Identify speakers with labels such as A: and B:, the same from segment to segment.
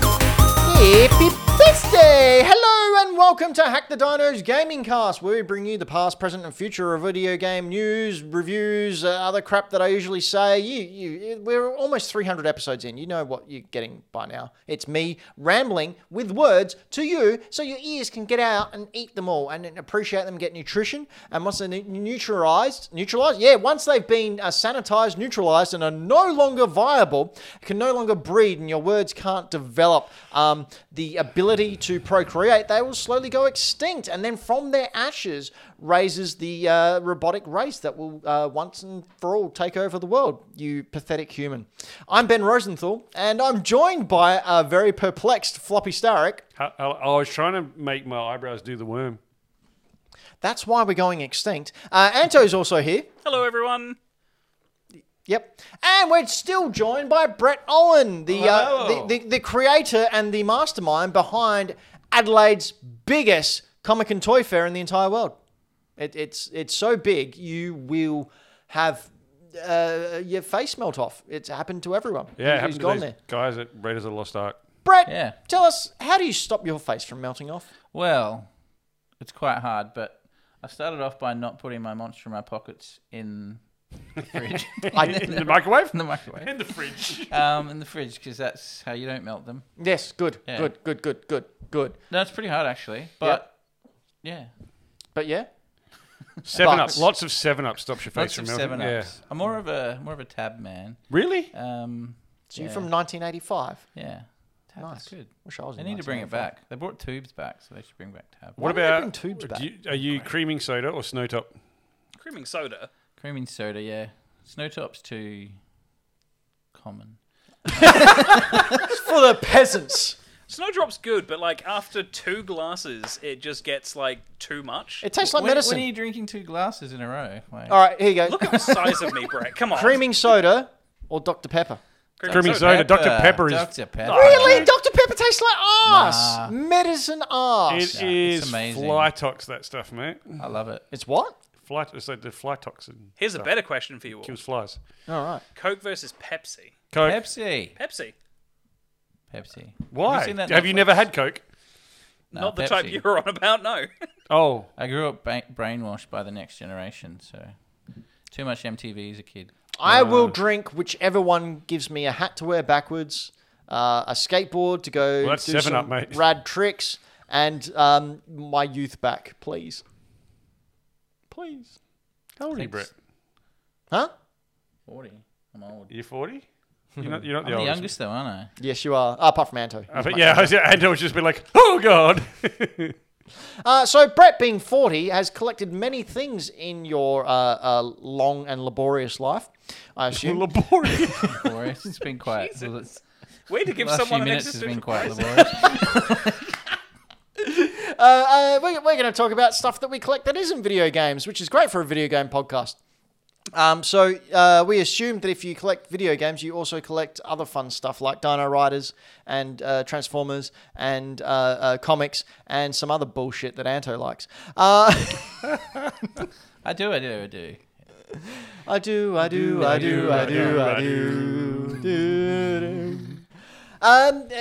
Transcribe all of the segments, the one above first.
A: Happy Thursday! Hello and welcome to Hack the Dinos Gaming Cast, where we bring you the past, present, and future of video game news, reviews, uh, other crap that I usually say. You, you, we're almost 300 episodes in. You know what you're getting by now. It's me rambling with words to you, so your ears can get out and eat them all and appreciate them, get nutrition, and once they're nu- neutralized, neutralized, yeah, once they've been uh, sanitized, neutralized, and are no longer viable, can no longer breed, and your words can't develop um, the ability to procreate, they will slowly go extinct. And then from their ashes raises the uh, robotic race that will uh, once and for all take over the world, you pathetic human. I'm Ben Rosenthal, and I'm joined by a very perplexed Floppy Starrick.
B: I, I, I was trying to make my eyebrows do the worm.
A: That's why we're going extinct. Uh, Anto's also here.
C: Hello, everyone.
A: Yep. And we're still joined by Brett Owen, the, uh,
B: Hello.
A: the, the, the creator and the mastermind behind Adelaide's biggest comic and toy fair in the entire world. It, it's, it's so big, you will have uh, your face melt off. It's happened to everyone.
B: Yeah, it
A: who's
B: happened to
A: gone
B: these
A: there.
B: guys at Raiders of the Lost Ark.
A: Brett,
C: Yeah.
A: tell us, how do you stop your face from melting off?
C: Well, it's quite hard, but I started off by not putting my monster in my pockets in the fridge,
B: In the microwave?
C: in the microwave,
B: In the fridge.
C: um, in the fridge, because that's how you don't melt them.
A: Yes, good,
C: Yeah.
A: good, good, good, good, good.
C: No, it's pretty hard actually, but yeah,
A: But yeah,
B: Seven
A: Bucks.
B: up. Lots of seven up stops your face
C: lots
B: from
C: of
B: melting.
C: seven
B: Yeah.
C: ups. I'm more of a more of a tab man.
B: Really?
C: Um,
A: so you're
C: Yeah.
A: from 1985.
C: yeah, tab
A: Nice.
C: is good.
A: Wish I was
C: They
A: in
C: need to bring
A: 1985.
C: it back. They brought tubes back, so they should bring back tab.
B: What
A: do they bring
B: about
A: tubes
B: do
A: back?
B: you- are you creaming soda or snow top?
D: Creaming soda.
C: Creaming soda, yeah. Snow tops too common.
A: For the peasants.
D: Snowdrop's good, but like after two glasses, it just gets like too much.
A: It tastes like
C: when,
A: medicine.
C: when are you drinking two glasses in a row? Like,
A: All right, here you go.
D: Look at the size of me, Brett. Come on.
A: creaming soda or Dr Pepper.
B: Creaming soda. Dr. Pepper is.
C: Dr. Pepper.
A: Really, Dr Pepper tastes like arse.
C: Nah.
A: Medicine
B: It
A: arse.
B: is
C: Yeah, Oh, it's amazing.
B: fly tox, that stuff, mate.
C: I love it.
A: it's what?
B: Fly, it's like the fly toxin.
D: Here's a better question for you all
B: Kills flies.
A: All right.
D: Coke versus Pepsi.
B: Coke.
C: Pepsi.
D: Pepsi.
C: Pepsi.
B: Why?
C: seen that
B: Have you
C: Netflix?
B: never had Coke?
C: No,
D: Not the
C: Pepsi.
D: type you were on about, no.
B: Oh.
C: I grew up ba- brainwashed by the next generation, so too much MTV as a kid.
A: I will drink whichever one gives me a hat to wear backwards, uh, a skateboard to go
B: Well, that's
A: do
B: 7
A: some
B: Up, mate.
A: rad tricks, and um, my youth back, please.
B: Please. How old are you, Brett?
A: Huh?
C: Thanks. Forty. I'm old.
B: You're 40? You're not, you're not
C: I'm the
B: oldest.
C: youngest though, aren't I?
A: Yes, you are. apart from Anto.
B: I think, Uh, yeah, I was, and I was just be like, oh god.
A: Uh, so Brett, being forty, has collected many things in your uh, uh, long and laborious life. I assume.
B: laborious.
C: Glorious. It's been quite.
D: Way to give
C: last few
D: someone an
C: minutes has been
D: existential
C: quite
D: crisis.
C: laborious.
A: Uh, uh, we're we're going to talk about stuff that we collect that isn't video games, which is great for a video game podcast. Um, so uh, we assume that if you collect video games, you also collect other fun stuff like Dino Riders and uh, Transformers and uh, uh, comics and some other bullshit that Anto likes. Uh,
C: I do. I do. I do.
A: I do, I do, I do, I do, I do. do, do. Um, uh,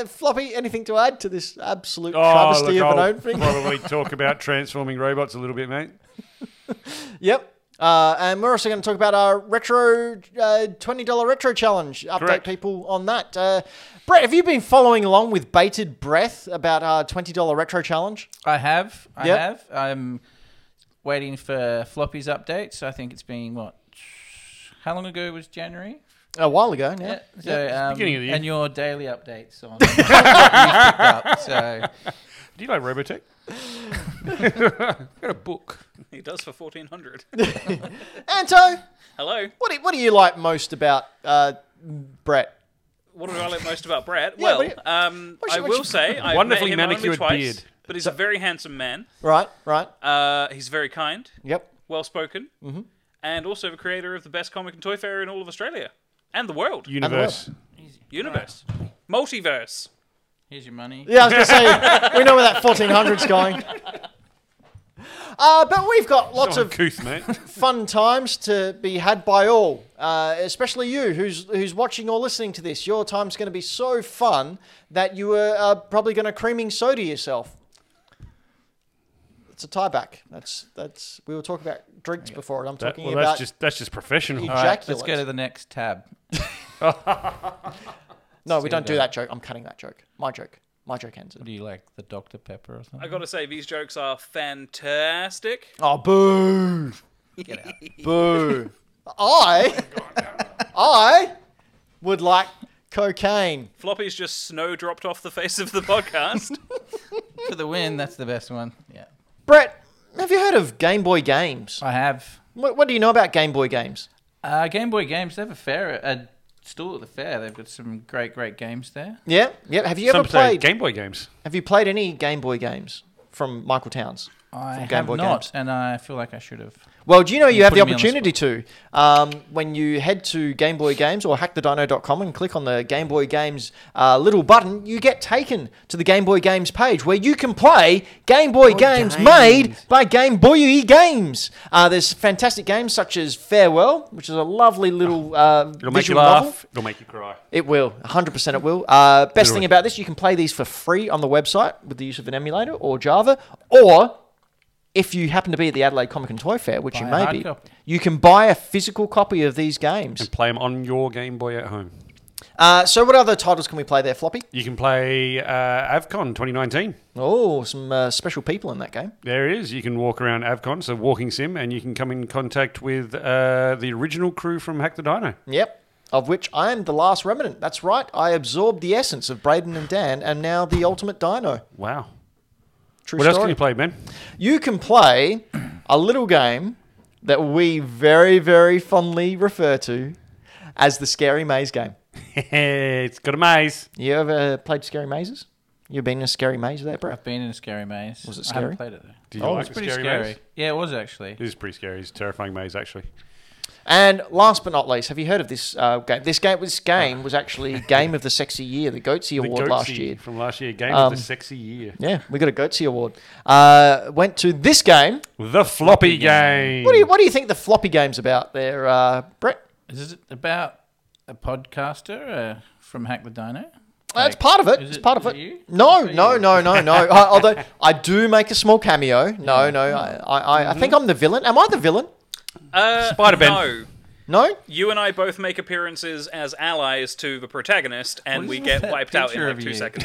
A: uh, Floppy, anything to add to this absolute
B: Oh,
A: travesty
B: look,
A: of an
B: I'll
A: opening?
B: probably talk about transforming robots a little bit, mate.
A: Yep. Uh, and we're also going to talk about our retro uh, twenty dollar retro challenge. Update
B: Correct.
A: people on that. Uh, Brett, have you been following along with bated breath about our twenty dollar retro challenge?
C: I have. I
A: Yep.
C: have. I'm waiting for Floppy's update. So I think it's been what? How long ago was January?
A: A while ago now.
C: Yeah. So um,
B: beginning of the year.
C: and your daily updates on. you've picked up, so
B: Do you like Robotech? got a book.
D: He does for 1400.
A: Anto,
D: Hello.
A: what do, what do you like most about uh, Brett?
D: What do I like most about Brett? well,
A: what
D: um,
A: what
D: I
A: should- what
D: will
A: should-
D: say, I
B: Wonderfully
D: met him only
B: manicured
D: twice,
B: beard.
D: but he's a very handsome man.
A: Right, right.
D: Uh, he's very kind,
A: Yep.
D: well spoken,
C: Mm-hmm.
D: and also the creator of the best comic and toy fair in all of Australia and the world.
B: Universe.
D: Universe. Multiverse.
C: here's your money.
A: Yeah, I was going to say we know where that fourteen hundred's going. Uh, but we've got lots
B: Go on,
A: of
B: couth, mate.
A: fun times to be had by all, uh, especially you who's who's watching or listening to this. Your time's going to be so fun that you are uh, probably going to creaming soda yourself. It's a tie back. That's that's we were talking about drinks before, and I'm
B: That-
A: talking
B: well,
A: about
B: that's just that's just professional. Uh,
A: You-
C: All right, let's go
A: Ejaculate.
C: to the next tab.
A: no, we don't do
C: Steve, uh,
A: that joke. I'm cutting that joke. My joke. My joke ends.
C: What
A: It.
C: do you like, the Dr Pepper or something?
D: I gotta say, these jokes are fantastic.
A: Oh boo!
C: Get out.
A: Boo! I I would like cocaine.
D: Floppy's just snow dropped off the face of the podcast.
C: For the win, that's the best one. Yeah,
A: Brett, have you heard of Game Boy games?
C: I have.
A: What, what do you know about Game Boy games?
C: Uh, Game Boy Games. They have a fair, a stall at the fair. They've got some great, great games there.
A: Yeah, yeah. Have you
B: Some
A: ever
B: say
A: played?
B: Game Boy games.
A: have you played any Game Boy games from Michael Towns?
C: I
A: Game
C: have
A: Boy
C: not,
A: games.
C: and I feel like I should have.
A: Well, do you know you have the
C: putting me on the
A: opportunity to um, when you head to Game Boy Games or hackthedino.com and click on the Game Boy Games uh, little button, you get taken to the Game Boy Games page where you can play Game Boy games,
C: games.
A: made by Game Boy Games. Uh, there's fantastic games such as Farewell, which is a lovely little uh,
B: It'll make you
A: visual
B: laugh.
A: novel.
B: It'll make you cry.
A: It will, 100% it will. Uh, best thing
B: Literally.
A: about this, you can play these for free on the website with the use of an emulator or Java, or if you happen to be at the Adelaide Comic and Toy Fair, which
C: Buy
A: you
C: a
A: may
C: hard
A: be,
C: copy.
A: you can buy a physical copy of these games.
B: And play them on your Game Boy at home.
A: Uh, so, what other titles can we play there, Floppy?
B: You can play uh, Avcon 2019.
A: Oh, some uh, special people in that game.
B: There it is. You can walk around Avcon, so walking sim, and you can come in contact with uh, the original crew from Hack the Dino.
A: Yep. Of which I am the last remnant. That's right. I absorbed the essence of Braden and Dan, and now the ultimate dino.
B: Wow.
A: True
B: What
A: story.
B: else can you play, Ben?
A: you can play a little game that we very, very fondly refer to as the Scary Maze game.
B: it's got a maze.
A: You ever played Scary Mazes? You've been in a scary maze there, Brett?
C: I've been in a scary maze.
A: Was it
C: I haven't
A: scary?
C: played it though.
B: Did you
A: Oh,
B: like
A: it's
B: the
C: Pretty
B: scary,
C: scary.
B: maze?
C: Yeah, it was actually.
B: It is pretty scary. It's a terrifying maze, actually.
A: And last but not least, have you heard of this uh, game? This game, this game was actually Game of the Sexy Year, the Goatsy Award last
B: Goatsy
A: year.
B: From last year. Game
A: Um,
B: of the Sexy Year.
A: Yeah, we got a Goatsy Award. Uh, went to this game.
B: The Floppy Game.
A: What do you What do you think the floppy game's about there, uh, Brett?
C: Is it about a podcaster uh, from Hack the Dino?
A: Uh, it's
C: Like,
A: part of it.
C: is
A: It's
C: it-
A: part of
C: is
A: it.
C: it you?
A: No,
C: Is it
A: no,
C: you?
A: no, no, no. I, although I do make a small cameo. No, no. I, I, I,
C: Mm-hmm.
A: I think I'm the villain. Am I the villain?
D: Uh,
B: Spider-Ben.
D: No,
A: No.
D: you and I both make appearances as allies to the protagonist, and
C: What
D: we
C: is
D: get
C: that
D: wiped out in
C: picture
D: like
C: of
D: two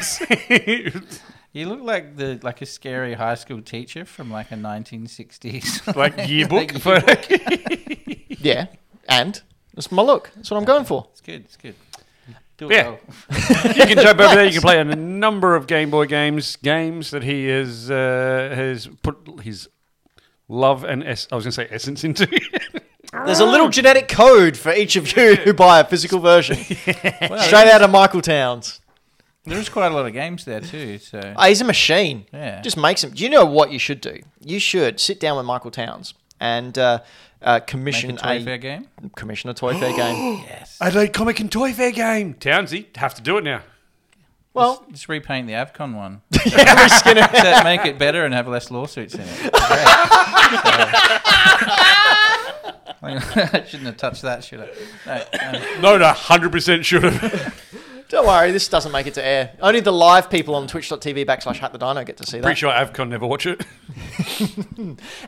C: you?
D: seconds.
C: You look like the like a scary high school teacher from like a 1960s.
B: like yearbook
C: Like
B: for
A: Yeah. And that's my look. That's what I'm going for.
C: it's good. It's good. Do it
B: Yeah.
C: well.
B: you can jump over there. You can play a number of Game Boy games, games that he has uh, has put his love and es- I was going to say essence into.
A: There's a little genetic code for each of you who buy a physical version. Straight out of Michael Towns.
C: There's quite a lot of games there too. So
A: Oh, he's a machine.
C: Yeah.
A: Just makes him. Do you know what you should do? You should sit down with Michael Towns and uh, uh,
C: make a
A: commission
C: toy fair game.
A: commission a toy fair game.
C: Yes.
B: Adelaide Comic and Toy Fair game. Townsy, have to do it now.
A: Well,
C: Just repaint the Avcon one.
A: Harry Skinner.
C: Does that make it better and have less lawsuits in it? Great. So- I shouldn't have touched that, should I? No, no.
B: No, no, hundred percent should have.
A: Don't worry, this doesn't make it to air. Only the live people on twitch.tv backslash hack the dino get to see
B: Pretty
A: that.
B: sure Avcon never watch it.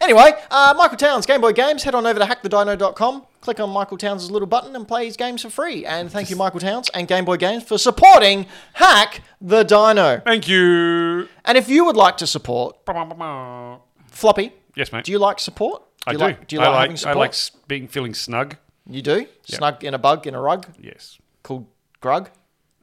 A: Anyway, uh, Michael Towns, Game Boy Games, head on over to hackthedino.com, click on Michael Towns' little button and play his games for free. And thank you, Michael Towns and Game Boy Games, for supporting Hack the Dino.
B: Thank you.
A: And if you would like to support Floppy,
B: Yes, mate.
A: do you like support?
B: I
A: you
B: do.
A: Like, do you
B: I
A: like,
B: like.
A: having
B: I
A: support?
B: like s- being feeling snug.
A: You do? Snug in a bug, in a rug,
B: Yes,
A: called Grug.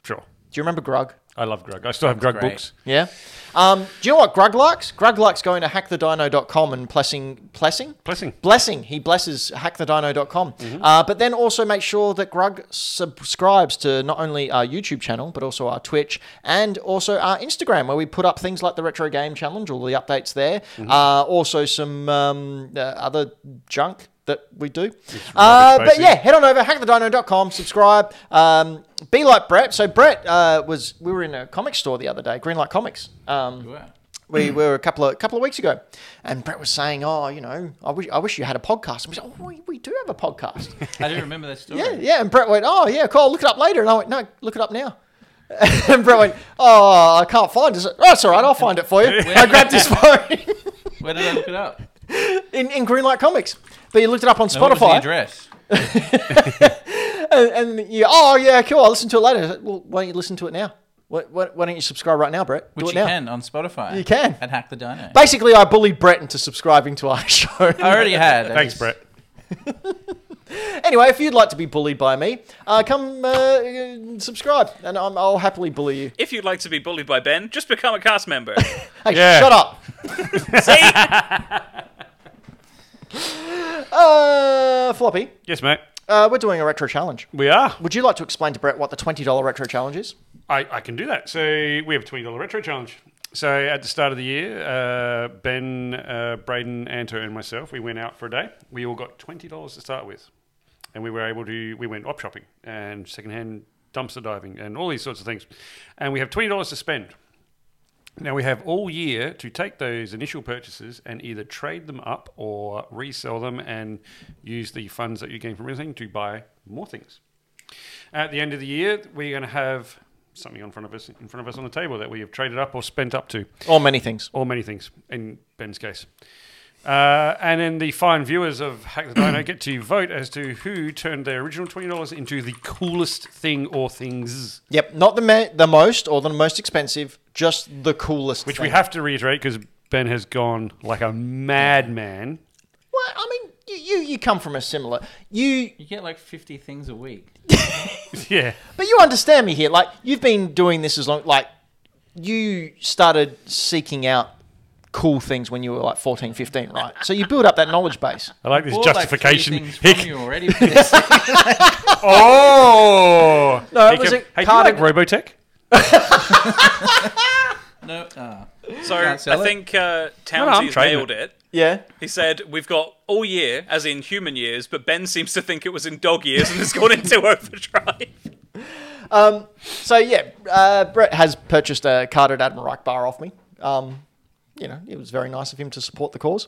B: sure.
A: Do you remember Grug?
B: I love Grug. I still have Grug
C: great.
B: books.
A: Yeah. Um, do you know what Grug likes? Grug likes going to hackthedino.com and blessing, blessing?
B: Blessing.
A: blessing. He blesses hackthedino.com. Uh, but then also make sure that Grug subscribes to not only our YouTube channel, but also our Twitch and also our Instagram, where we put up things like the Retro Game Challenge, all the updates there. Uh, also, some um, uh, other junk that we do. Uh, but
B: basically.
A: yeah, head on over hackthedino.com, subscribe, um, be like Brett. So Brett uh, was, we were in a comic store the other day, Greenlight Comics. Um,
C: Wow.
A: We were a couple of couple of weeks ago, and Brett was saying, "Oh, you know, I wish I wish you had a podcast." And we said, "Oh, we, we do have a podcast."
C: I do remember that story.
A: yeah, yeah. And Brett went, "Oh, yeah, cool. I'll look it up later." And I went, "No, look it up now." and Brett went, "Oh, I can't find it." Oh, it's all right. I'll find it for you. I grabbed his phone
C: Where did I look it up?
A: in, in Greenlight Comics, but you looked it up on
C: No, what was the
A: Spotify.
C: address?
A: and, and you, oh yeah, cool. I'll listen to it later. I said, well, why don't you listen to it now? Why, why, why don't you subscribe right now, Brett? Do
C: Which
A: it
C: you
A: now.
C: can on Spotify.
A: You can.
C: At Hack the Dino.
A: Basically, I bullied Brett into subscribing to our show.
C: I already had. I
B: Thanks,
C: just-
B: Brett.
A: anyway, if you'd like to be bullied by me, uh, come uh, uh, subscribe, and I'm, I'll happily bully you.
D: If you'd like to be bullied by Ben, just become a cast member.
A: Hey,
B: Yeah.
A: shut up.
D: See?
A: Uh, Floppy,
B: Yes, mate.
A: uh, we're doing a retro challenge.
B: We are.
A: Would you like to explain to Brett what the twenty dollar retro challenge is?
B: I, I can do that. So we have a twenty dollar retro challenge. So at the start of the year, uh, Ben, uh, Braden, Anto, and myself, we went out for a day. We all got twenty dollars to start with, and we were able to. We went op shopping and secondhand dumpster diving and all these sorts of things, and we have twenty dollars to spend. Now we have all year to take those initial purchases and either trade them up or resell them and use the funds that you gain from everything to buy more things. At the end of the year, we're going to have something in front of us in front of us on the table that we have traded up or spent up to,
A: Or many things.
B: or many things in Ben's case. Uh, and then the fine viewers of Hack the Dino get to vote as to who turned their original twenty dollars into the coolest thing or things,
A: Yep, not the ma- the most or the most expensive, just the coolest.
B: which
A: thing.
B: we have to reiterate because Ben has gone like a madman.
A: Well, I mean, you, you you come from a similar you,
C: You get like 50 things a week.
B: yeah,
A: but you understand me here. Like you've been doing this as long, like you started seeking out cool things when you were like 14, 15, right? So you build up that knowledge base.
B: I like this
C: Bought, like, three
B: justification.
C: things
B: He-
C: from you already for this.
B: oh,
A: No, it
B: He
A: was a
B: kept- hey, do you like
A: Cardiff-
B: Robotech?
C: no. ah.
D: So I
C: Can't sell it?
D: think uh,
B: no, I'm
D: Townsie's
B: trading
D: nailed it.
A: Yeah.
D: He said, We've got all year, as in human years, but Ben seems to think it was in dog years and has gone into overdrive.
A: So yeah, uh, Brett has purchased a carded Admiral Reich bar off me. Um, you know, it was very nice of him to support the cause.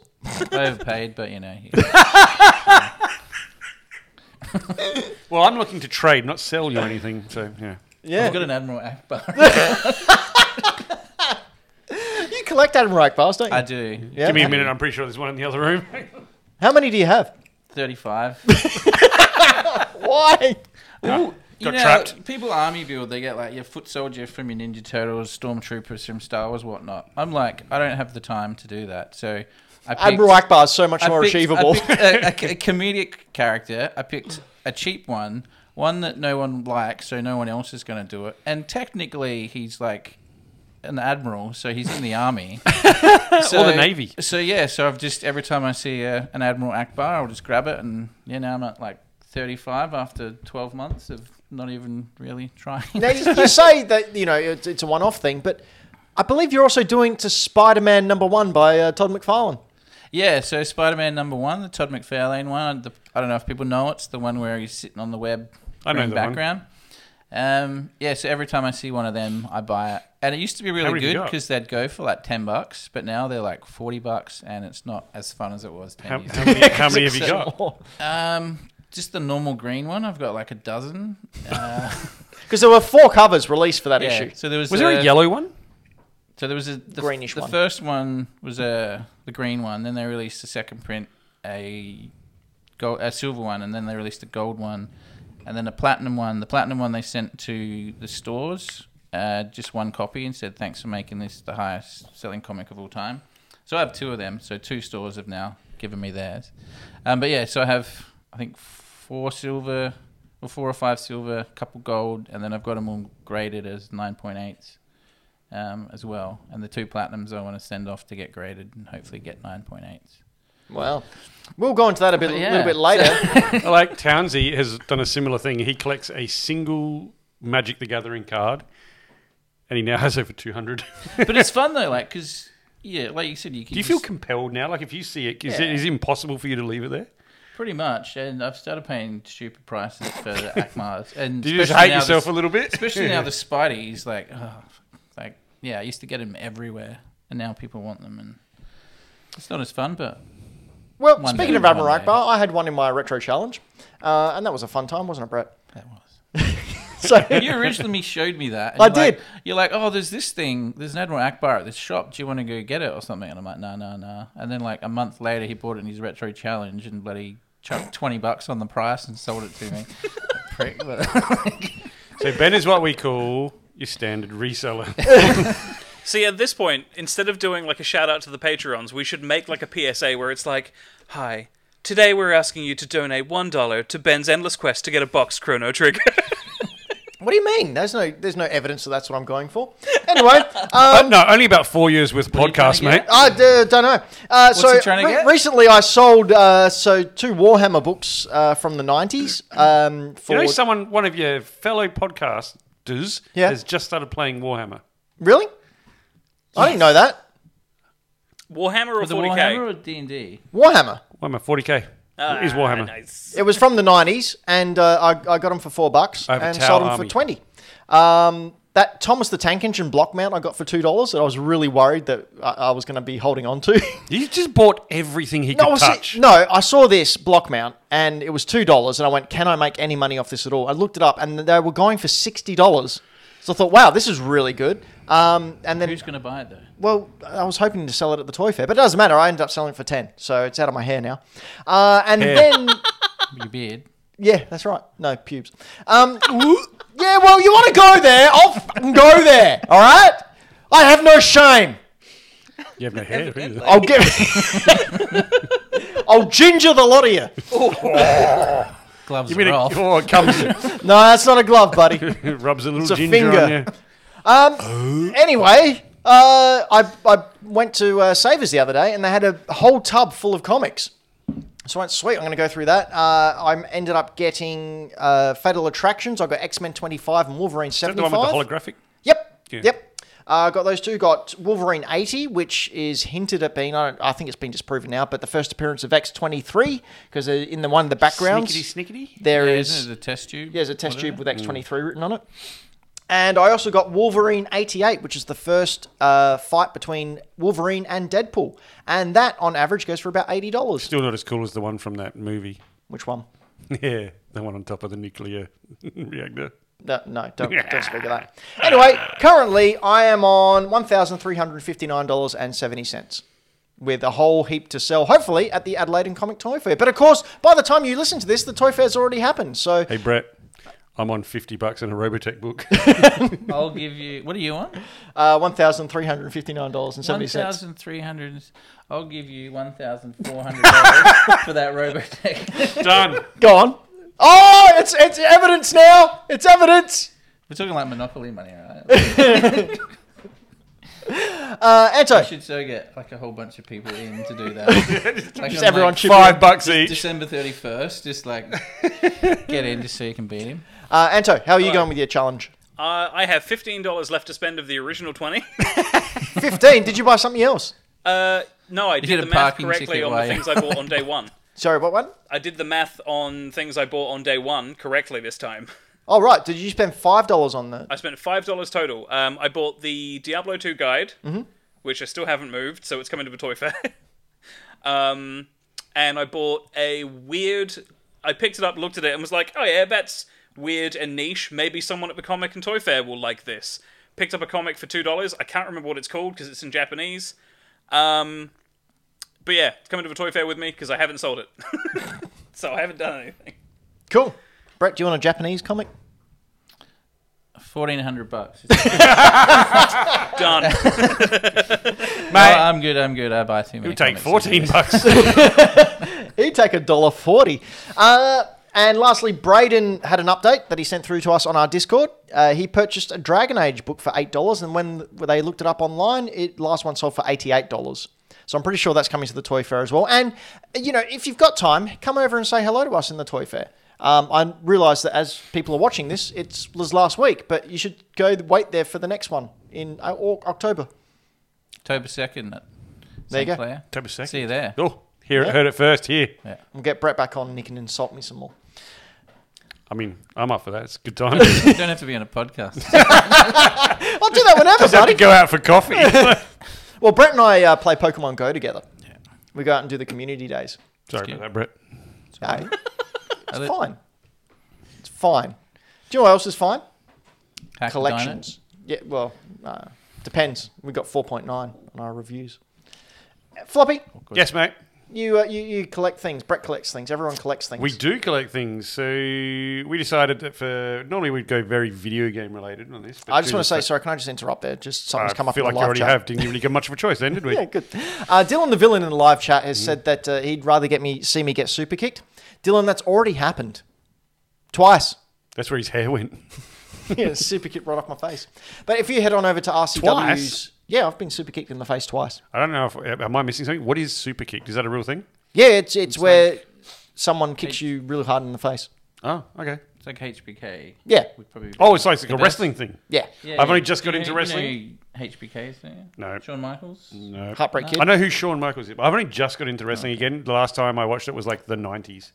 C: Overpaid, but you know.
B: Well, I'm looking to trade, not sell you anything. So yeah.
A: Yeah.
C: I've got an Admiral Akbar.
A: You collect Admiral Reich bars, don't you?
C: I do.
A: Yeah.
B: Give me a minute. I'm pretty sure there's one in the other room.
A: How many do you have?
C: 35.
A: Why?
B: Got trapped.
C: People army build, they get like your foot soldier from your Ninja Turtles, stormtroopers from Star Wars, whatnot. I'm like, I don't have the time to do that. So I picked,
A: Admiral Reich bar is so much
C: I
A: more
C: picked- I
A: achievable.
C: picked a, a- a comedic character. I picked a cheap one, one that no one likes, so no one else is going to do it. And technically, he's like an admiral, so he's in the army. so,
B: Or the Navy.
C: So yeah, so I've just every time I see uh, an Admiral Akbar, I'll just grab it, and yeah, now I'm at like 35 after 12 months of not even really trying.
A: Now you, you say that you know it's, it's a one-off thing, but I believe you're also doing to Spider-Man number one by uh, Todd McFarlane.
C: yeah, so Spider-Man number one, the Todd McFarlane one. The, I don't know if people know it, it's the one where he's sitting on the web
B: I know
C: green
B: the one.
C: background. Um, yeah, so every time I see one of them, I buy it, and it used to be really
B: many have you
C: good
B: got?
C: because they'd go for like 10 bucks, but now they're like 40 bucks, and it's not as fun as it was 10
B: How,
C: years ago.
B: how many, how many have you got?
C: Um, just the normal green one. I've got like a dozen. Uh,
A: Because there were four covers released for that
C: yeah.
A: issue.
C: So there was,
B: Was there a yellow one?
C: So there was a the,
A: Greenish
C: The
A: one.
C: first one was a the green one. Then they released a second print, a gold, a silver one, and then they released a gold one, and then a platinum one. The platinum one they sent to the stores, uh, just one copy, and said thanks for making this the highest selling comic of all time. So I have two of them. So two stores have now given me theirs. Um, but yeah, so I have I think four silver. Or four or five silver, couple gold, and then I've got them all graded as nine point eights um, as well, and the two platinums I want to send off to get graded and hopefully get 9.8s.
A: Well, we'll go into that a bit,
C: But yeah.
A: little bit later.
B: I like Townsie has done a similar thing. He collects a single Magic the Gathering card, and he now has over 200. Do
C: But it's fun though, like because yeah, like you said, you can.
B: you
C: just-
B: feel compelled now? Like if you see it, is,
C: Yeah.
B: it, is it impossible for you to leave it there?
C: pretty much? And I've started paying stupid prices for the Akmars, and
B: Do you just hate
C: especially now
B: yourself
C: the-
B: a little bit?
C: Especially now the Spidey, he's like, oh, like yeah, I used to get him everywhere. and now people want them, and it's not as fun. But
A: Well,
C: One
A: speaking
C: day,
A: of Admiral
C: one day.
A: Akbar, I had one in my retro challenge, uh, and that was a fun time, wasn't it, Brett?
C: that was.
A: So
C: You originally showed me that. and
A: I
C: you're like-
A: did.
C: you're like, oh, there's this thing. There's an Admiral Akbar at this shop. Do you want to go get it or something? And I'm like, nah, nah, nah. And then like a month later, he bought it in his retro challenge and bloody chucked twenty bucks on the price and sold it to me. Prick, but-
B: So Ben is what we call your standard reseller.
D: See, at this point, instead of doing like a shout out to the Patreons, we should make like a PSA where it's like, Hi, today we're asking you to donate $1 to Ben's Endless Quest to get a box Chrono Trigger.
A: what do you mean? There's no there's no evidence that that's what I'm going for. Anyway, um,
B: Uh, no, only about four years with
C: you trying
B: podcast,
C: to get?
B: mate.
A: I d- don't know. Uh, so
C: he trying to get?
A: recently, I sold uh, so two Warhammer books uh, from the nineties. Um, for
B: You know, someone, one of your fellow podcasters,
A: Yeah.
B: has just started playing Warhammer.
A: really, I didn't know that
D: Warhammer or
C: the
D: 40k?
C: Warhammer or D and D?
A: Warhammer.
B: Warhammer 40k
C: Ah,
B: is Warhammer.
D: Ah, Nice.
A: It was from the nineties, and uh, I, I got them for four bucks
B: I have a
A: and
B: Tau
A: sold them
B: army.
A: for twenty. Um, that Thomas the Tank Engine block mount I got for two dollars that I was really worried that I, I was going to be holding on to.
B: You just bought everything he
A: No,
B: could
A: I see-
B: touch.
A: no, I saw this block mount and it was two dollars, and I went, "Can I make any money off this at all?" I looked it up, and they were going for sixty dollars. So I thought, "Wow, this is really good." Um, and then,
C: Who's going to buy it though?
A: well, I was hoping to sell it at the toy fair, but it doesn't matter. I ended up selling it for ten, so it's out of my hair now. Uh, and then,
C: Your beard.
A: yeah, that's right. No pubes. Um, yeah, well, you want to go there? I'll fucking go there. All right, I have no shame.
B: You have no hair. do you?
A: I'll give. I'll ginger the lot of you.
C: Gloves
B: You mean
C: are
B: it,
C: off.
B: oh, it comes,
A: No, that's not a glove, buddy.
B: it rubs a little
A: It's a finger.
B: ginger on you.
A: Anyway, uh, I, I went to uh, Savers the other day and they had a whole tub full of comics. So I went, sweet, I'm going to go through that. Uh, I ended up getting uh, Fatal Attractions. I got X Men 25 and Wolverine
B: The one with the
A: 75.
B: holographic.
A: Yep.
B: Yeah.
A: Yep. Uh, got those two. Got Wolverine 80, which is hinted at being, I, don't, I think it's been disproven now, but the first appearance of X23, because in the one of the backgrounds,
B: Snickety snickety.
A: there
C: Yeah,
A: is.
C: isn't it a test tube?
A: Yeah, there's a test tube with X23 written on it. And I also got Wolverine 88, which is the first uh, fight between Wolverine and Deadpool. And that, on average, goes for about $80.
B: Still not as cool as the one from that movie.
A: Which one?
B: Yeah, the one on top of the nuclear reactor.
A: No, no don't, don't speak of that. Anyway, currently I am on $1,359.70 with a whole heap to sell, hopefully, at the Adelaide and Comic Toy Fair. But of course, by the time you listen to this, the Toy Fair's already happened. So
B: Hey Brett, I'm on fifty bucks in a Robotech book.
C: I'll give you. What are you on?
A: uh, $1,359.70.
C: One thousand three hundred. I'll give you one thousand four hundred dollars for that Robotech.
B: Done.
A: Go on. Oh, it's it's evidence now. It's evidence.
C: We're talking like Monopoly money, right?
A: Uh, Anto,
C: I should so get like a whole bunch of people in to do that. Like, on,
A: everyone
C: like,
A: chip
B: Five bucks each.
C: December thirty first, just like get in just so you can beat him.
A: uh, Anto, how are you going with your challenge?
D: Uh, I have $15 left to spend of the original 20.
A: Fifteen. did you buy something else?
D: Uh, no, I did,
C: did a
D: the math
C: parking
D: correctly
C: ticket,
D: on
C: why?
D: the things I bought on day one.
A: Sorry, what one?
D: I did the math on things I bought on day one correctly this time.
A: Oh right. Did you spend five dollars on that?
D: I spent five dollars total. Um, I bought the Diablo two guide,
C: Mm-hmm.
D: which I still haven't moved, so it's coming to the toy fair. um, and I bought a weird. I picked it up, looked at it, and was like, "Oh yeah, that's weird and niche. Maybe someone at the comic and toy fair will like this." Picked up a comic for two dollars. I can't remember what it's called because it's in Japanese. Um, but yeah, it's coming to the toy fair with me because I haven't sold it, so I haven't done anything.
A: Cool. Brett, do you want a Japanese comic?
C: Fourteen hundred bucks.
D: Done.
C: No, "Oh, I'm good. I'm good. I buy too many.
B: You take
C: comics.
B: fourteen bucks.
A: He'd take a dollar forty. Uh, and lastly, Braden had an update that he sent through to us on our Discord. Uh, he purchased a Dragon Age book for eight dollars, and when they looked it up online, it last one sold for eighty-eight dollars. So I'm pretty sure that's coming to the toy fair as well. And you know, if you've got time, come over and say hello to us in the toy fair. Um, I realise that as people are watching this, it was last week, but you should go wait there for the next one in uh, Au- October.
C: October second. There
A: There you go.
B: October second.
C: See you there.
B: Oh, here it heard it first. Here.
A: We'll get Brett back on and he can insult me some more.
B: I mean, I'm up for that. It's a good time.
C: You don't have to be on a podcast.
A: I'll do that whenever,
B: Just have
A: buddy.
B: to go out for coffee.
A: Well, Brett and I uh, play Pokemon Go together. We go out and do the community days.
B: Sorry
C: cute.
B: about that, Brett.
A: Hey,
C: Are they-
A: it's fine. It's fine. Do you know what else is fine?
C: Hack the dino?
A: Collections. Yeah, well, uh, depends. We got 4.9 on our reviews. Uh, Floppy,
B: Yes, mate.
A: you, uh, you you collect things. Brett collects things. Everyone collects things.
B: We do collect things, so we decided that for normally we'd go very video game related on this. but
A: I just
B: due
A: want to say,
B: fact-
A: sorry, can I just interrupt there? Just something's
B: I
A: come up
B: feel
A: in the
B: like you
A: live
B: already
A: chat.
B: have. Didn't really get much of a choice then, did we?
A: Yeah, good. Uh, Dylan the villain in the live chat has said that uh, he'd rather get me see me get super kicked. Dylan, that's already happened twice.
B: That's where his hair went.
A: yeah, super kicked right off my face. But if you head on over to RCW's,
B: Twice?
A: yeah, I've been super kicked in the face twice.
B: I don't know if uh, am I missing something. What is super kick? Is that a real thing?
A: Yeah, it's it's where someone kicks you really hard in the face.
B: Oh, okay.
C: It's like HBK.
A: Yeah,
C: Would probably be-
B: Oh, it's like, it's like a
C: best.
B: wrestling thing.
A: yeah.
C: Yeah,
B: I've only
C: yeah.
B: just got
C: You
B: into
C: know- you
B: wrestling.
C: know HBK's there.
B: No.
C: Shawn Michaels.
B: No.
A: Heartbreak Kid.
B: I know who Shawn Michaels is. but I've only just got into wrestling again. The last time I watched it was like the nineties.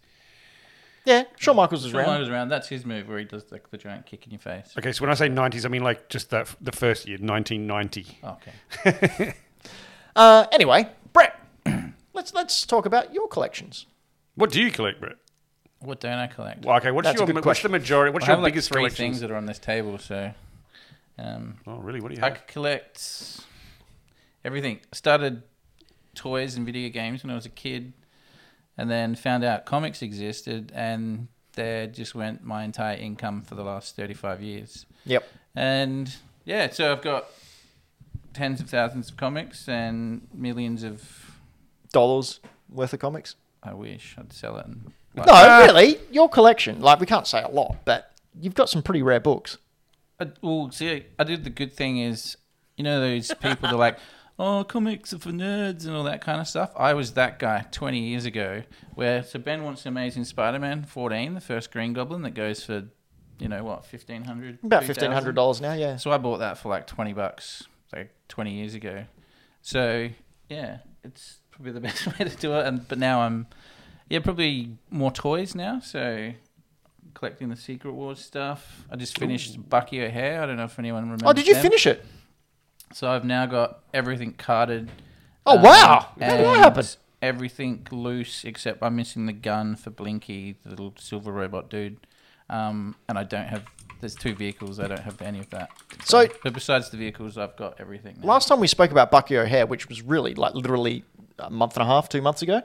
A: Yeah, Shawn Michaels is
C: Shawn
A: round.
C: Michaels around. That's his move where he does like the giant kick in your face.
B: Okay, so when I say nineties, I mean like just that the first year, nineteen ninety.
C: Okay.
A: Uh, anyway, Brett, let's let's talk about your collections.
B: What do you collect, Brett?
C: What don't I collect?
B: Well, okay, what's
A: That's a
B: your
A: good
B: what's
A: question.
B: the majority? What's
C: I
B: your
C: have like
B: biggest
C: three
B: collection?
C: things that are on this table, so um,
B: Oh, really? What do you
C: I
B: have?
C: could collect everything. I started toys and video games when I was a kid, and then found out comics existed, and there just went my entire income for the last thirty-five years.
A: Yep.
C: And yeah, so I've got tens of thousands of comics and millions of.
A: Dollars worth of comics.
C: I wish I'd sell it. And
A: No, really, your collection. Like we can't say a lot, but you've got some pretty rare books.
C: I, well, see, I did the good thing is, you know, those people that are like, oh, comics are for nerds and all that kind of stuff. I was that guy 20 years ago where, so Ben wants Amazing Spider Man 14, the first Green Goblin that goes for, you know, what, 1500
A: About
C: 2000?
A: fifteen hundred dollars now. Yeah.
C: So I bought that for like 20 bucks, like 20 years ago. So, yeah, it's probably the best way to do it. And But now I'm, yeah, probably more toys now. So. Collecting the Secret Wars stuff. I just finished Bucky O'Hare. I don't know if anyone remembers.
A: Oh, did you
C: them.
A: finish it?
C: So I've now got everything carded. um,
A: Oh, wow. How did that
C: and
A: happen?
C: Everything loose except I'm missing the gun for Blinky, the little silver robot dude. Um, and I don't have. There's two vehicles. I don't have any of that.
A: So-
C: but besides the vehicles, I've got everything. Now.
A: Last time we spoke about Bucky O'Hare, which was really like literally a month and a half, two months ago,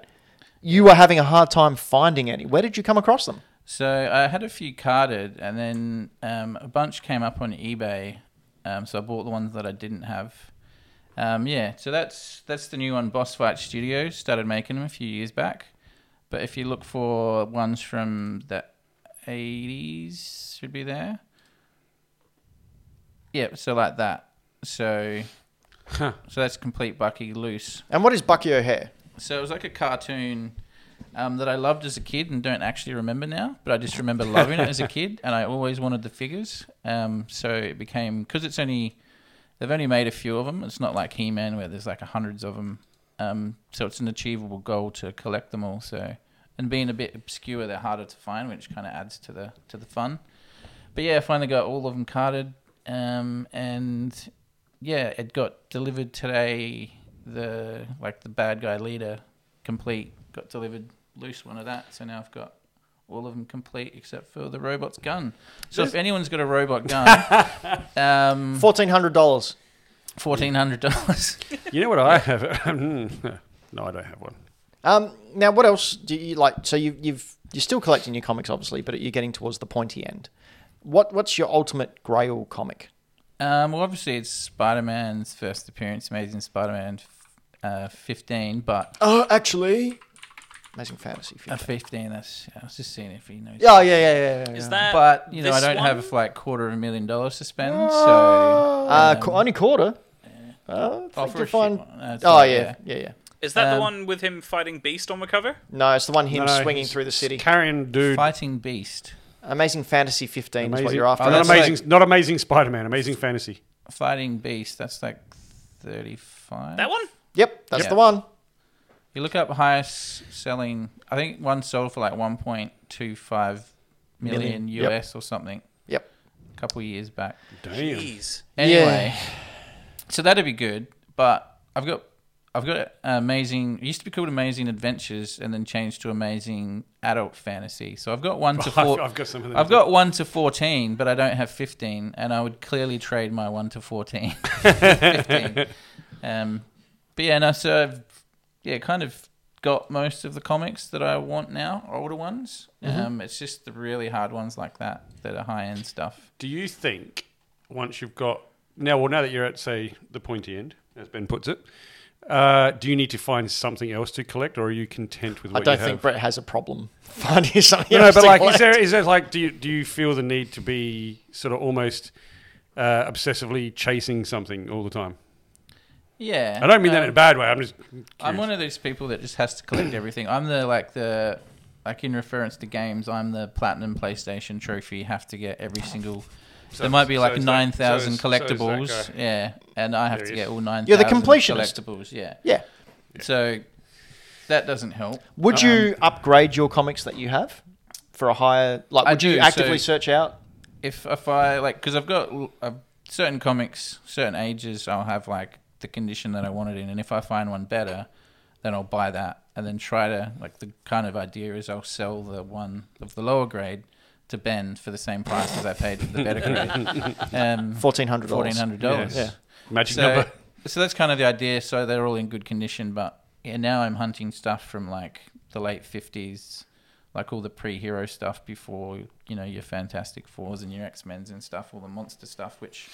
A: you were having a hard time finding any. Where did you come across them?
C: So I had a few carded, and then um, a bunch came up on eBay. Um, so I bought the ones that I didn't have. Um, yeah, so that's that's the new one. Boss Fight Studio started making them a few years back, but if you look for ones from the '80s, should be there. Yeah, so like that. So, so that's complete Bucky loose.
A: And what is Bucky O'Hare?
C: So it was like a cartoon um, that I loved as a kid and don't actually remember now, but I just remember loving it as a kid, and I always wanted the figures. Um, so it became because it's only they've only made a few of them. It's not like He Man where there's like hundreds of them. Um, so it's an achievable goal to collect them all. So and being a bit obscure, they're harder to find, which kind of adds to the to the fun. But yeah, I finally got all of them carded, um, and yeah, it got delivered today. The like the bad guy leader complete got delivered loose one of that. So now I've got all of them complete except for the robot's gun. So if anyone's got a robot gun, um,
A: Fourteen hundred dollars.
C: fourteen hundred dollars.
B: You know what I have? Hmm. no, I don't have one.
A: Um, now, what else do you like? So you, you've you're still collecting your comics, obviously, but you're getting towards the pointy end. What what's your ultimate Grail comic?
C: Um, well, obviously it's Spider Man's first appearance, Amazing Spider Man, uh, fifteen, but
A: Oh, actually, Amazing Fantasy.
C: uh,
A: 50.
C: fifteen. That's I was just seeing if he knows.
A: Oh yeah, yeah, yeah. yeah, yeah.
D: Is that
C: But you know, I
D: this
C: don't have
D: one?
C: like quarter of a million dollars to spend, so
A: uh, qu- only quarter? Uh, I
C: Oh,
A: think
C: for
A: you'll
C: a shit
A: find-
C: one. That's
A: Oh
C: right,
A: yeah, yeah, yeah.
D: Is that
C: Um,
D: the one with him fighting Beast on the cover?
A: No, it's the one him
B: No, no,
A: swinging
B: he's-
A: through the city.
B: Carrying dude.
C: Fighting Beast.
A: Amazing Fantasy 15 is what
B: Amazing-
A: you're after.
C: Oh,
B: not
C: that's
B: amazing,
C: like-
B: not amazing Spider-Man. Amazing fantasy.
C: Fighting Beast. That's like thirty-five.
D: That one?
A: yep, that's
C: Yep.
A: the one.
C: You look up highest selling. I think one sold for like one point two five million
A: Million, yep.
C: US or something
A: Yep.
C: a couple years back.
B: Damn.
D: Jeez.
C: Anyway, so that'd be good. But I've got I've got amazing. It used to be called Amazing Adventures, and then changed to Amazing Adult Fantasy. So I've got one to
B: I've-
C: four.
B: I've got some of them
C: I've
B: too.
C: got one to fourteen, but I don't have fifteen, and I would clearly trade my one to fourteen. for 15. Um, but yeah, no. So I've yeah, kind of got most of the comics that I want now, older ones.
B: Mm-hmm.
C: Um, it's just the really hard ones like that that are high end stuff.
B: Do you think once you've got now, well, now that you're at say the pointy end, as Ben puts it, uh, do you need to find something else to collect, or are you content with
A: I
B: what
A: don't
B: you
A: think
B: have?
A: Brett has a problem finding something.
B: no, no,
A: else
B: but
A: to
B: like,
A: collect.
B: is there is there like, do you do you feel the need to be sort of almost uh, obsessively chasing something all the time?
C: Yeah,
B: I don't mean that
C: um,
B: in a bad way. I'm just
C: I'm one of those people that just has to collect everything. I'm the like the like in reference to games, I'm the platinum PlayStation trophy. Have to get every single. there might be
B: so
C: like
B: is that-
C: nine thousand
B: so is- so is that
C: collectibles.
B: guy.
C: yeah, and I have
B: There
C: to
B: he
C: get
B: is.
C: all nine.
A: You're the completionist.
C: collectibles. Yeah.
A: yeah.
C: So that doesn't help.
A: Would
B: Um,
A: you upgrade your comics that you have for a higher? Like,
C: I
A: would you
C: do,
A: actively
C: so-
A: search out?
C: If if I like because I've got l- uh, certain comics, certain ages, I'll have like the condition that I want it in, and if I find one better, then I'll buy that, and then try to like the kind of idea is I'll sell the one of the lower grade to Ben for the same price as I paid for the better grade, um,
A: Fourteen hundred
C: fourteen
A: dollars.
C: hundred dollars.
B: Yes. magic
C: So
B: number.
C: so that's kind of the idea. So they're all in good condition, but yeah, now I'm hunting stuff from like the late fifties. Like all the pre-hero stuff before, you know, your Fantastic Fours and your X-Men's and stuff, all the monster stuff, which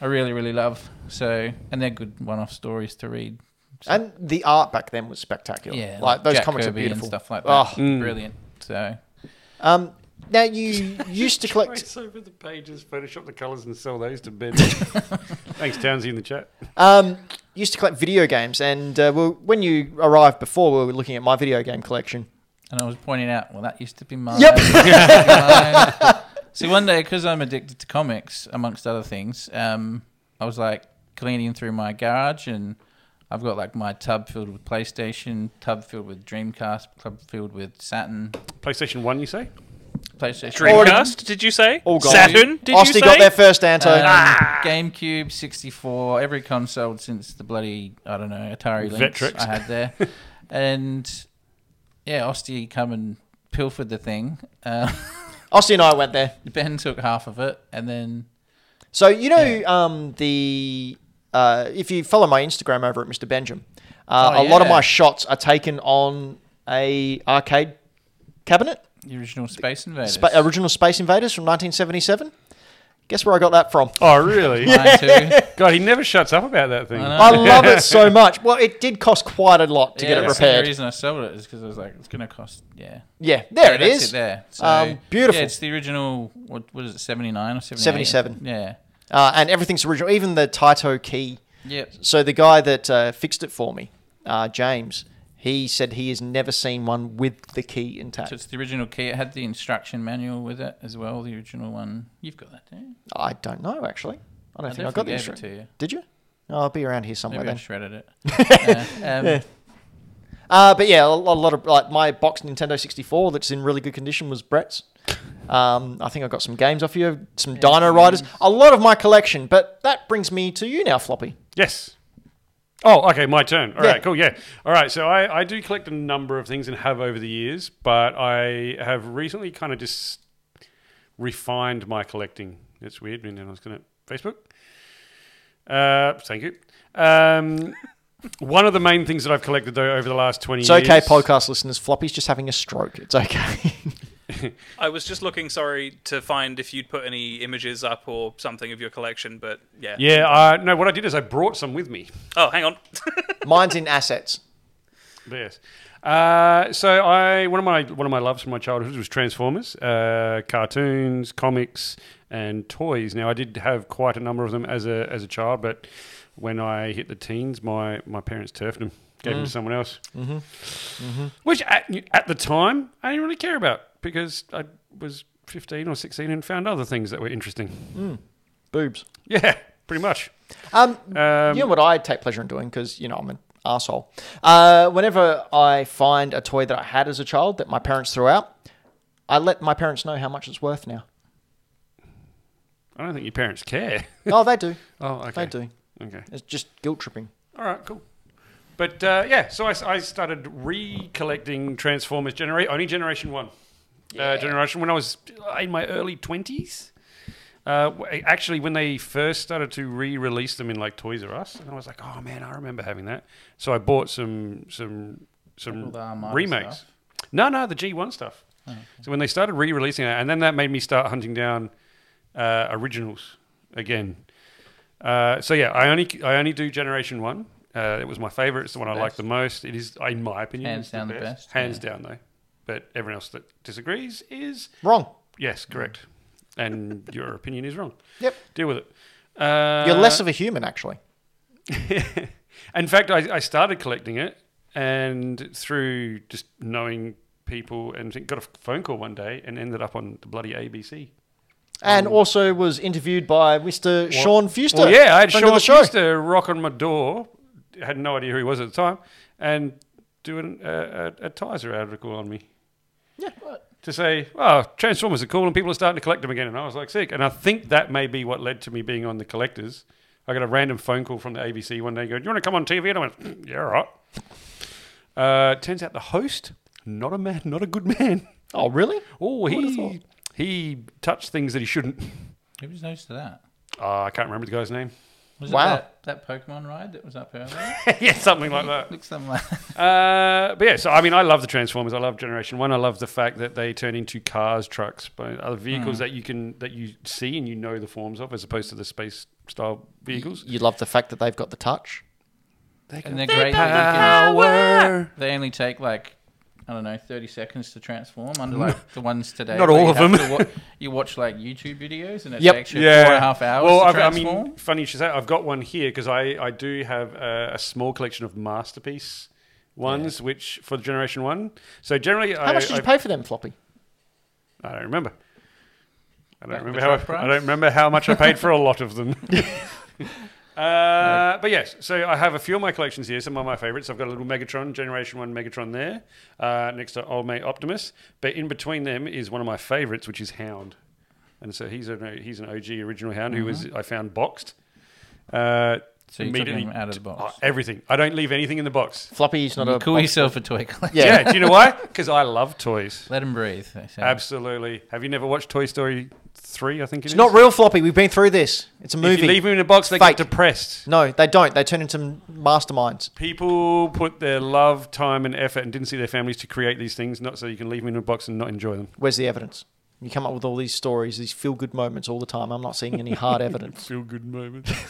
C: I really, really love. So, and they're good one-off stories to read.
A: And the art back then was spectacular.
C: Yeah,
A: like, those
C: Jack
A: comics
C: Kirby
A: are beautiful.
C: and stuff like that.
A: Oh.
C: Brilliant. So,
A: Um, now you used to collect.
B: Trace over the pages, Photoshop the colours, and sell those to Ben. Thanks, Townsy in the chat.
A: Um, used to collect video games, and uh, well, when you arrived before, we were looking at my video game collection.
C: and I was pointing out, well, that used to be mine.
A: Yep.
C: Yep. See, one day, because I'm addicted to comics, amongst other things, um, I was like cleaning through my garage, and I've got like my tub filled with PlayStation, tub filled with Dreamcast, tub filled with Saturn,
B: PlayStation One, you say?
C: PlayStation, um,
D: Dreamcast, did you say?
A: All gone.
D: Saturn, did
A: Oh, Austin
D: you say?
A: got their first Anto.
C: um, GameCube, 64, every console since the bloody I don't know Atari Lynx
B: Vectrex.
C: I had there, and yeah, Ostie come and pilfered the thing. Uh,
A: Austin and I went there.
C: ben took half of it, and then
A: So you know um, the uh, if you follow my Instagram over at Mr. Benjamin, uh,
C: Oh,
A: a lot of
C: yeah.
A: my shots are taken on a arcade cabinet,
C: the original Space Invaders.
A: Spa- original Space Invaders from 1977. Guess where I got that from?
B: Oh, really?
C: Mine too.
B: God, he never shuts up about that thing.
C: I know.
A: I love it so much. Well, it did cost quite a lot to
C: Yeah,
A: get it
C: that's the only
A: repaired.
C: reason I sold it is because I was like, it's going to cost. Yeah.
A: Yeah, there
C: Yeah,
A: it
C: that's
A: is.
C: there. So,
A: Um, beautiful.
C: Yeah, it's the original. What what is it? Seventy nine or seventy?
A: 77.
C: Yeah.
A: Uh, and everything's original, even the Taito key.
C: Yep.
A: So the guy that uh, fixed it for me, uh, James, he said he has never seen one with the key intact.
C: So it's the original key. It had the instruction manual with it as well. The original one. You've got that, don't you?
A: I don't know actually. I don't
C: I
A: think I got the
C: definitely gave it
A: insurance.
C: to you.
A: Did you? Oh, I'll be around here somewhere
C: Maybe I
A: then.
C: shredded it. yeah, um,
A: Uh, but yeah, a, a lot of like my box Nintendo 64 that's in really good condition was Brett's. Um, I think I got some games off you, some Dino Riders, a lot of my collection. But that brings me to you now, Floppy.
B: Yes. Oh, okay, my turn. All right,
A: Yeah.
B: cool, yeah. All right, so I, I do collect a number of things and have over the years, but I have recently kind of just refined my collecting. It's weird, and then I was going to Facebook. Uh, thank you. Um, one of the main things that I've collected though over the last twenty
A: It's
B: years.
A: okay, podcast listeners. Floppy's just having a stroke. It's okay.
D: I was just looking, sorry, to find if you'd put any images up or something of your collection, but yeah.
B: Yeah, uh, no. What I did is I brought some with me.
D: Oh, hang on.
A: Mine's in assets.
B: Yes. Uh, so I one of my one of my loves from my childhood was Transformers, uh, cartoons, comics, and toys. Now I did have quite a number of them as a as a child, but when I hit the teens, my my parents turfed them, gave them to someone else, mm-hmm. which at, at the time I didn't really care about because I was fifteen or sixteen and found other things that were interesting.
A: Boobs.
B: Yeah, pretty much.
A: Um,
B: Um,
A: you know what I take pleasure in doing because you know I'm an asshole. Uh, whenever I find a toy that I had as a child that my parents threw out, I let my parents know how much it's worth now.
B: I don't think your parents care.
A: oh, they do.
B: Oh, okay.
A: They do.
B: Okay.
A: It's just guilt tripping.
B: All right. Cool. But uh, yeah, so I, I started recollecting Transformers Generation, only Generation 1. Uh, generation when I was in my early 20s. Uh, w- actually, when they first started to re-release them in like Toys R Us, and I was like, "Oh man, I remember having that." So I bought some some some
C: All the Armada
B: remakes.
C: stuff?
B: No, no, the G one stuff. So when they started re-releasing it, and then that made me start hunting down uh, originals again. Uh, so yeah, I only I only do Generation One. Uh, it was my favorite. It's the one I like
C: best.
B: the most. It is, in my opinion,
C: Hands
B: it's the
C: down the
B: best.
C: best,
B: Hands
C: yeah.
B: down though. But everyone else that disagrees is
A: Wrong.
B: yes,
C: Mm.
B: correct. And your opinion is wrong.
A: Yep.
B: Deal with it. Uh,
A: You're less of a human, actually.
B: in fact, I, I started collecting it, and through just knowing people, and think- got a phone call one day, and ended up on the bloody ABC.
A: And also was interviewed by Mr. Sean Fuster.
B: um, Well, yeah, I had
A: friend of
B: Sean
A: the show.
B: Schuster rock on my door. Had no idea who he was at the time, and doing a, a, a Tizer article on me
A: Yeah.
B: to say, "Oh, Transformers are cool, and people are starting to collect them again." And I was like, "Sick!" And I think that may be what led to me being on the collectors. I got a random phone call from the ABC one day, going, "You want to come on TV?" And I went, "Mm, "Yeah, all right." Uh, turns out the host, not a man, not a good man.
A: Oh, really?
B: Oh,
A: would've
B: he he touched things that he shouldn't.
C: Who was nice to that?
B: Ah, I can't remember the guy's name.
C: Was
A: Wow.
C: it that, that Pokemon ride that was up earlier?
B: yeah, something like that.
C: Looks something like that.
B: Uh, but yeah, so I mean, I love the Transformers. I love Generation One. I love the fact that they turn into cars, trucks, but other
C: Hmm.
B: vehicles that you can that you see and you know the forms of, as opposed to the space style vehicles.
A: You love the fact that they've got the touch.
C: And they're great. that you can-
B: Power.
C: They only take like I don't know, thirty seconds to transform. Under like the ones today,
B: Not
C: where
B: all
C: you
B: of
C: have
B: them.
C: to wa- you watch like YouTube videos, and it
A: Yep.
C: takes you
B: Yeah,
C: four and a half hours
B: Well,
C: to
B: I've, I
C: transform.
B: mean, funny you should say. I've got one here because I I do have a, a small collection of masterpiece ones, which for the Generation One. So generally,
A: How
B: I,
A: much did
B: I,
A: you pay for them, Floppy?
B: I don't remember. I don't
C: Like the
B: remember how
C: truck
B: I,
C: price?
B: don't remember how much I paid for a lot of them. Uh, but yes, so I have a few of my collections here. Some of my favorites. I've got a little Megatron, Generation One Megatron there. Uh, next to Old Mate Optimus, but in between them is one of my favorites, which is Hound. And so he's an he's an OG original Hound who was I found boxed. Uh,
C: Uh-huh. So you took him out of the box.
B: Oh, everything. I don't leave anything in the box.
A: Floppy's not
C: you
A: a.
C: call
A: box-
C: yourself a toy collector.
A: Yeah.
B: Yeah, do you know why? Because I love toys.
C: Let him breathe. they say.
B: Absolutely. Have you never watched Toy Story three? I think it
A: It's
B: is?
A: not real, Floppy. We've been through this. It's a
B: If you
A: movie.
B: leave them in a box, they
A: Fake.
B: get depressed.
A: no, they don't. They turn into masterminds.
B: People put their love, time, and effort and didn't see their families to create these things, not so you can leave them in a box and not enjoy them.
A: Where's the evidence? You come up with all these stories, these feel good moments all the time. I'm not seeing any hard evidence.
B: Feel good moment.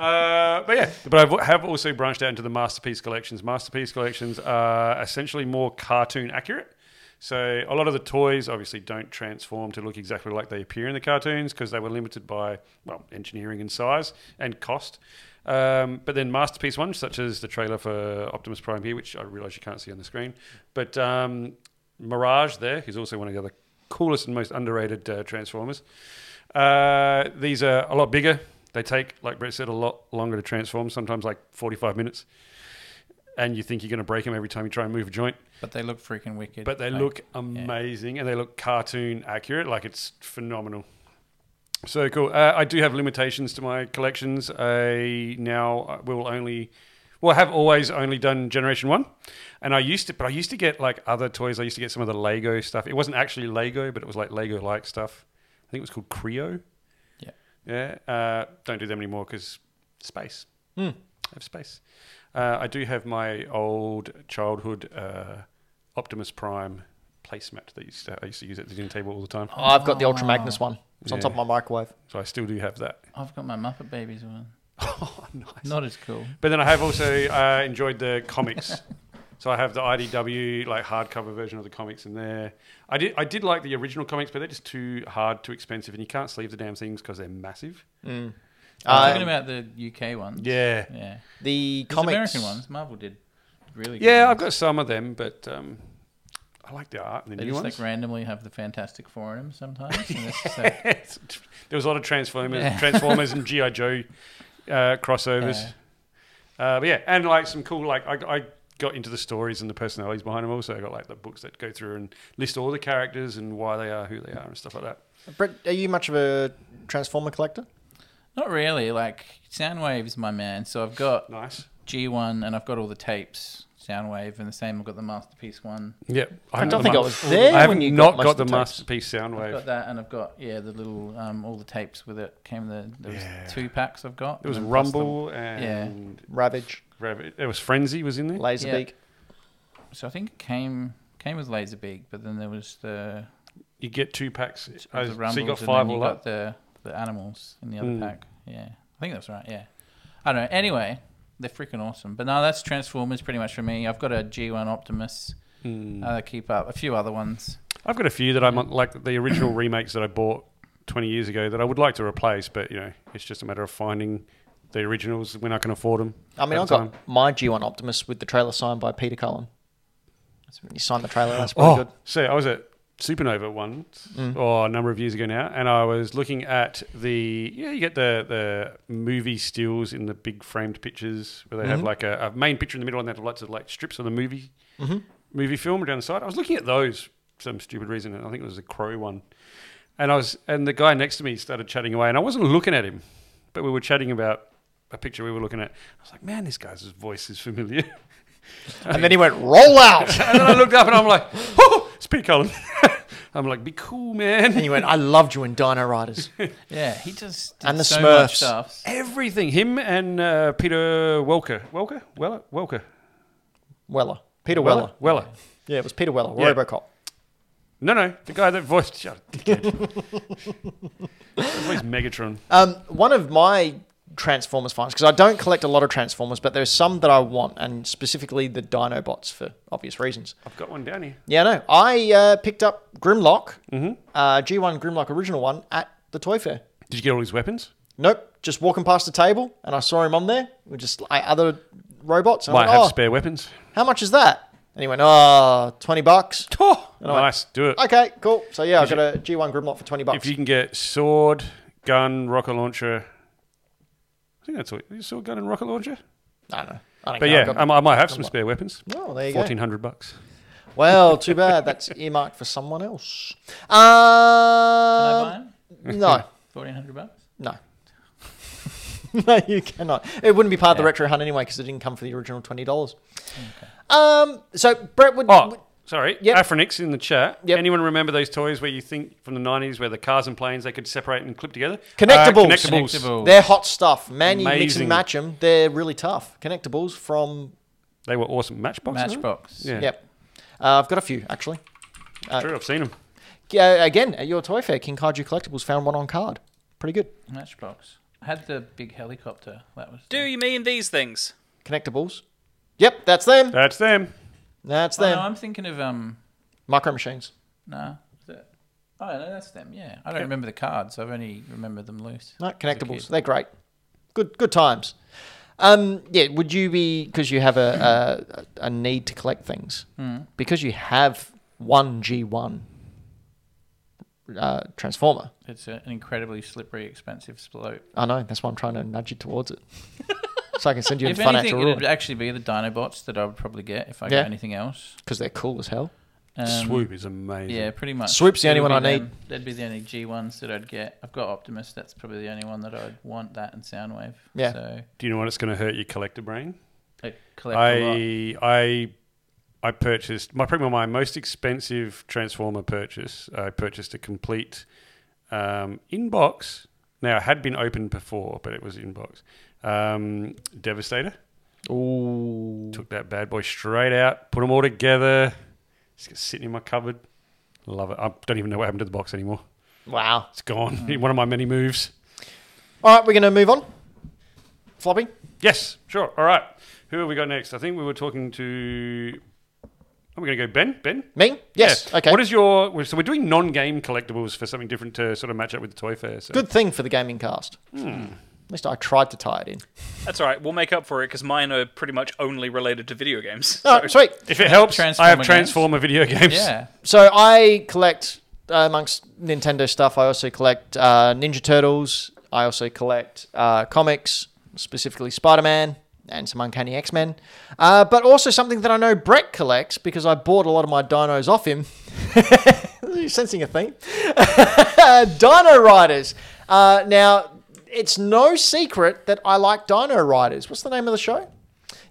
B: Uh, but yeah, but I have also branched out into the masterpiece collections. Masterpiece collections are essentially more cartoon accurate. So a lot of the toys obviously don't transform to look exactly like they appear in the cartoons because they were limited by well engineering and size and cost. Um, but then masterpiece ones such as the trailer for Optimus Prime here, which I realise you can't see on the screen, but um, Mirage there, who's also one of the other coolest and most underrated uh, Transformers. Uh, these are a lot bigger. They take, like Brett said, a lot longer to transform. Sometimes like forty-five minutes, and you think you're going to break them every time you try and move a joint.
C: But they look freaking wicked.
B: But they
C: Like,
B: look amazing and they look cartoon accurate. Like it's phenomenal. So cool. Uh, I do have limitations to my collections. I now uh, will only, well, I have always only done Generation One, and I used to, but I used to get like other toys. I used to get some of the Lego stuff. It wasn't actually Lego, but it was like Lego-like stuff. I think it was called Creo.
C: Yeah.
B: Yeah. Uh, don't do them anymore because space. I have space. Uh, I do have my old childhood uh, Optimus Prime placemat that used to, I used to use at the dinner table all the time.
A: Oh, I've got the Ultra Magnus one. It's on
B: Yeah.
A: top of my microwave.
B: So I still do have that.
C: I've got my Muppet Babies one.
B: Oh, nice.
C: Not as cool.
B: But then I have also uh, enjoyed the comics. so I have the IDW like hardcover version of the comics in there. I did I did like the original comics, but they're just too hard, too expensive, and you can't sleeve the damn things because they're massive.
C: I'm
A: Uh,
C: talking about the UK ones.
B: Yeah.
C: Yeah.
A: the
C: There's
A: comics.
C: American ones. Marvel did really. good
B: Yeah,
C: ones.
B: I've got some of them, but um, I like the art and the
C: They
B: new
C: just
B: ones.
C: like randomly have the Fantastic Four in them sometimes. And it's just like,
B: there was a lot of Transformers, Transformers and GI Joe uh, crossovers. Uh, but yeah, and like some cool like I, I got into the stories and the personalities behind them. Also, I got like the books that go through and list all the characters and why they are who they are and stuff like that.
A: Brett, are you much of a Transformer collector?
C: Not really. Like Soundwave's my man, so I've got
B: Nice.
C: G one, and I've got all the tapes, Soundwave, and the same. I've got the masterpiece one.
B: Yep. I,
A: don't think
B: haven't got the
A: I
B: ma-
A: was there
B: I have
A: when you
B: not
A: got
B: got, the
A: Master
B: masterpiece
C: I've
B: Soundwave.
C: got that, and I've got yeah the little um all the tapes with it. Came the there was
B: Yeah.
C: two packs I've got.
B: There was
C: and then plus the-
B: Rumble and
A: Ravage,
B: Rabbit. There was Frenzy was in there.
A: Laserbeak.
C: So I think it came came with Laserbeak, but then there was the
B: You get two packs.
C: the
B: Oh,
C: Rumbles,
B: so you got
C: and
B: five
C: then you
B: all
C: got
B: up.
C: the the animals in the other
B: Mm.
C: pack. Yeah, I think that's right. Yeah, I don't know. Anyway, they're freaking awesome. But no, that's Transformers pretty much for me. I've got a G1 Optimus.
B: Mm.
C: Uh, keep up a few other ones.
B: I've got a few that I'm like the original remakes that I bought 20 years ago that I would like to replace, but you know, it's just a matter of finding the originals when I can afford them.
A: I mean,
B: at
A: I
B: the
A: got
B: time.
A: my G1 Optimus with the trailer signed by Peter Cullen. That's when you signed the trailer. That's pretty
B: Oh,
A: good.
B: so I was at Supernova once, or a number of years ago now, and I was looking at the yeah, you get the the movie stills in the big framed pictures where they have like a, a main picture in the middle and they have lots of like strips of the movie movie film down the side. I was looking at those for some stupid reason, and I think it was a Crow one, and I was and the guy next to me started chatting away, and I wasn't looking at him, but we were chatting about a picture we were looking at. I was like, man, this guy's voice is familiar.
A: And then he went, roll out.
B: And then I looked up and I'm like, oh, it's Pete Cullen. I'm like, be cool,
A: and
B: man.
A: he went, I loved you in Dino Riders.
C: Yeah, he does did
A: And the
C: so
A: Smurfs.
C: much stuff.
B: Everything. Him and uh, Peter Welker. Welker? Weller? Welker.
A: Weller. Peter Weller.
B: Weller.
A: Yeah, it was Peter Weller,
B: Yeah.
A: Robocop.
B: No, no. The guy that voiced. Shut up, dickhead. At least Megatron.
A: Um, one of my Transformers finds, because I don't collect a lot of Transformers, but there's some that I want, and specifically the Dinobots for obvious reasons.
B: I've got one down here.
A: Yeah, no. I uh, picked up Grimlock,
B: Mm-hmm.
A: uh, G1 Grimlock original one, at the Toy Fair.
B: Did you get all his weapons?
A: Nope, just walking past the table, and I saw him on there with just like other robots. And I
B: Might
A: went,
B: have
A: oh,
B: spare weapons.
A: how much is that? And he went, oh, 20 bucks.
B: Oh, nice. Do it.
A: Okay, cool. So yeah, I got a G1 Grimlock for 20 bucks.
B: If you can get sword, gun, rocket launcher. I think that's all. Sword, gun, and rocket launcher.
A: I don't know. I don't
B: But
A: care. I've
B: yeah,
A: got
B: I,
A: the-
B: might- I might have some spare weapons.
A: Oh, there you go.
B: 1400 bucks.
A: Well, too bad. That's earmarked for someone else. Um,
C: Can I buy him?
A: No,
C: Fourteen hundred bucks.
A: no. no, you cannot. It wouldn't be part of the
C: Yeah.
A: retro hunt anyway because it didn't come for the original twenty dollars. Um, so Brett would.
B: Oh,
A: would-
B: sorry.
A: Yep.
B: Afronix in the chat.
A: Yep.
B: Anyone remember those toys where you think from the 90s where the cars and planes they could separate and clip together?
A: Uh, Connectables.
B: connectables.
C: Connectables.
A: they're hot stuff, man. You mix and
B: Amazing.
A: match them. They're really tough. Connectables from.
B: They were awesome. Matchbox.
C: Matchbox.
B: Yeah.
A: Yep. Uh, I've got a few actually.
B: Sure, I've seen them.
A: Uh, again, at your toy fair, King Kaiju Collectibles found one on card. Pretty good.
C: Matchbox. I had the big helicopter. That was.
D: Do you mean these things?
A: Connectables. Yep, that's them.
B: That's them.
A: That's
C: Oh, no,
A: them.
C: I'm thinking of um.
A: Micro machines.
C: Nah. is it- Oh no, that's them. Yeah, I don't remember the cards. I've only remembered them loose.
A: No,
C: kid.
A: connectables. They're great. Good good times. Um, yeah, would you be because you have a, a a need to collect things
C: Hmm.
A: because you have one G one uh, transformer.
C: It's a, an incredibly slippery, expensive slope.
A: I know that's why I'm trying to nudge you towards it, so I can send you a
C: if anything,
A: financial
C: it would
A: ruin
C: actually be the Dinobots that I would probably get if I
A: Yeah.
C: got anything else.
A: because they're cool as hell.
C: Um,
B: Swoop is amazing.
C: Yeah, pretty much.
A: Swoop's the only
C: It'll
A: one
C: be
A: I
C: them. That'd be the only G ones that I'd get. I've got Optimus. That's probably the only one that I'd want. That and Soundwave.
A: Yeah.
C: So
B: Do you know what? It's going to hurt your collector brain.
C: I collect a lot.
B: I I I purchased my probably my most expensive transformer purchase. I purchased a complete um, inbox. Now it had been opened before, but it was inbox. Um, Devastator.
A: Ooh,
B: Took that bad boy straight out, put them all together. It's just sitting in my cupboard. Love it. I don't even know what happened to the box anymore.
A: wow!
B: It's gone.
A: Mm.
B: One of my many moves.
A: All right, we're gonna move on. Floppy,
B: Yes, sure. All right. Who have we got next? I think we were talking to. I'm going to go Ben. Ben.
A: me? Yes.
B: Yeah.
A: Okay.
B: What is your? So we're doing non-game collectibles for something different to sort of match up with the toy fair. So.
A: good thing for the gaming cast? At least I tried to tie it in.
D: That's all right. We'll make up for it because mine are pretty much only related to video games.
A: Oh, sweet.
B: If it helps, I
C: Transformer
B: have
C: games.
B: Transformer video games.
C: Yeah.
A: So I collect uh, amongst Nintendo stuff. I also collect uh, Ninja Turtles. I also collect uh, comics, specifically Spider Man and some Uncanny X Men. Uh, but also something that I know Brett collects because I bought a lot of my dinos off him. You're sensing a theme. Dino Riders. Uh, now it's no secret that I like Dino Riders. What's the name of the show?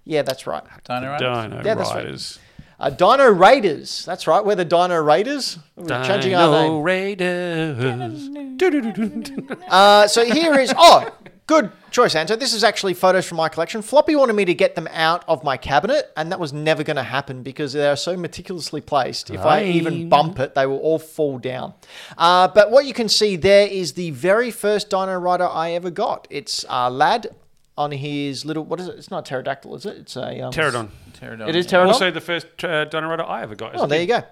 A: Yeah, that's right.
C: Dino Riders?
B: Dino
A: Yeah, that's right.
B: Riders.
A: Uh, Dino Raiders. That's right. We're the Dino Raiders. We're changing our name.
B: Dino Raiders. Doo-doo-doo-doo-doo.
A: Uh, so here is oh, good choice, Anto. This is actually photos from my collection. Floppy wanted me to get them out of my cabinet, and that was never going to happen because they are so meticulously placed. If I even bump it, they will all fall down. Uh, but what you can see there is the very first Dino Rider I ever got. It's uh, lad on his little what is it? It's not a pterodactyl, is it? It's a um,
B: Pterodon.
C: Pterodon.
A: It is pterodon.
B: Also, the first uh, Dino Rider I ever got. as
A: Oh,
B: a
A: there
B: kid.
A: you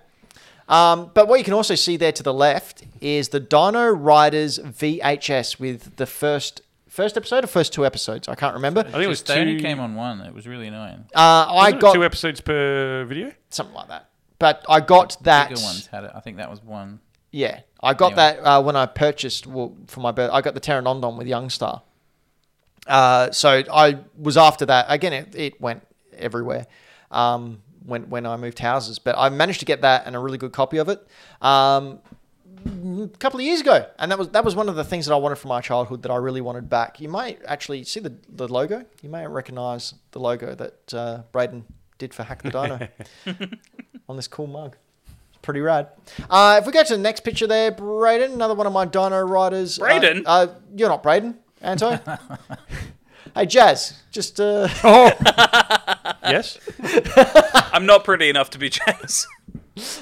A: go. Um, but what you can also see there to the left is the Dino Riders VHS with the first first episode or first two episodes. I can't remember.
B: I think it was
C: Just they only
B: two,
C: came on one. It was really annoying.
A: Uh, I
B: wasn't it two
A: got
B: episodes per video.
A: something like that. But I got that.
C: Bigger ones had it. I think that was one.
A: Yeah, I got
C: Anyway.
A: that uh, when I purchased well, for my birth. I got the Pteranodon with Youngstar. Uh, so I was after that again. It, it went everywhere um, when when I moved houses, but I managed to get that and a really good copy of it. Um, a couple of years ago, and that was that was one of the things that I wanted from my childhood that I really wanted back. You might actually see the, the logo. You may recognise the logo that uh, Braden did for Hack the Dino on this cool mug. It's pretty rad. Uh, if we go to the next picture there, Braden, another one of my Dino riders. Uh,
D: Braden?
A: uh, you're not Braden, Anto. hey, Jazz, just uh,
B: Yes.
D: I'm not pretty enough to be jazz.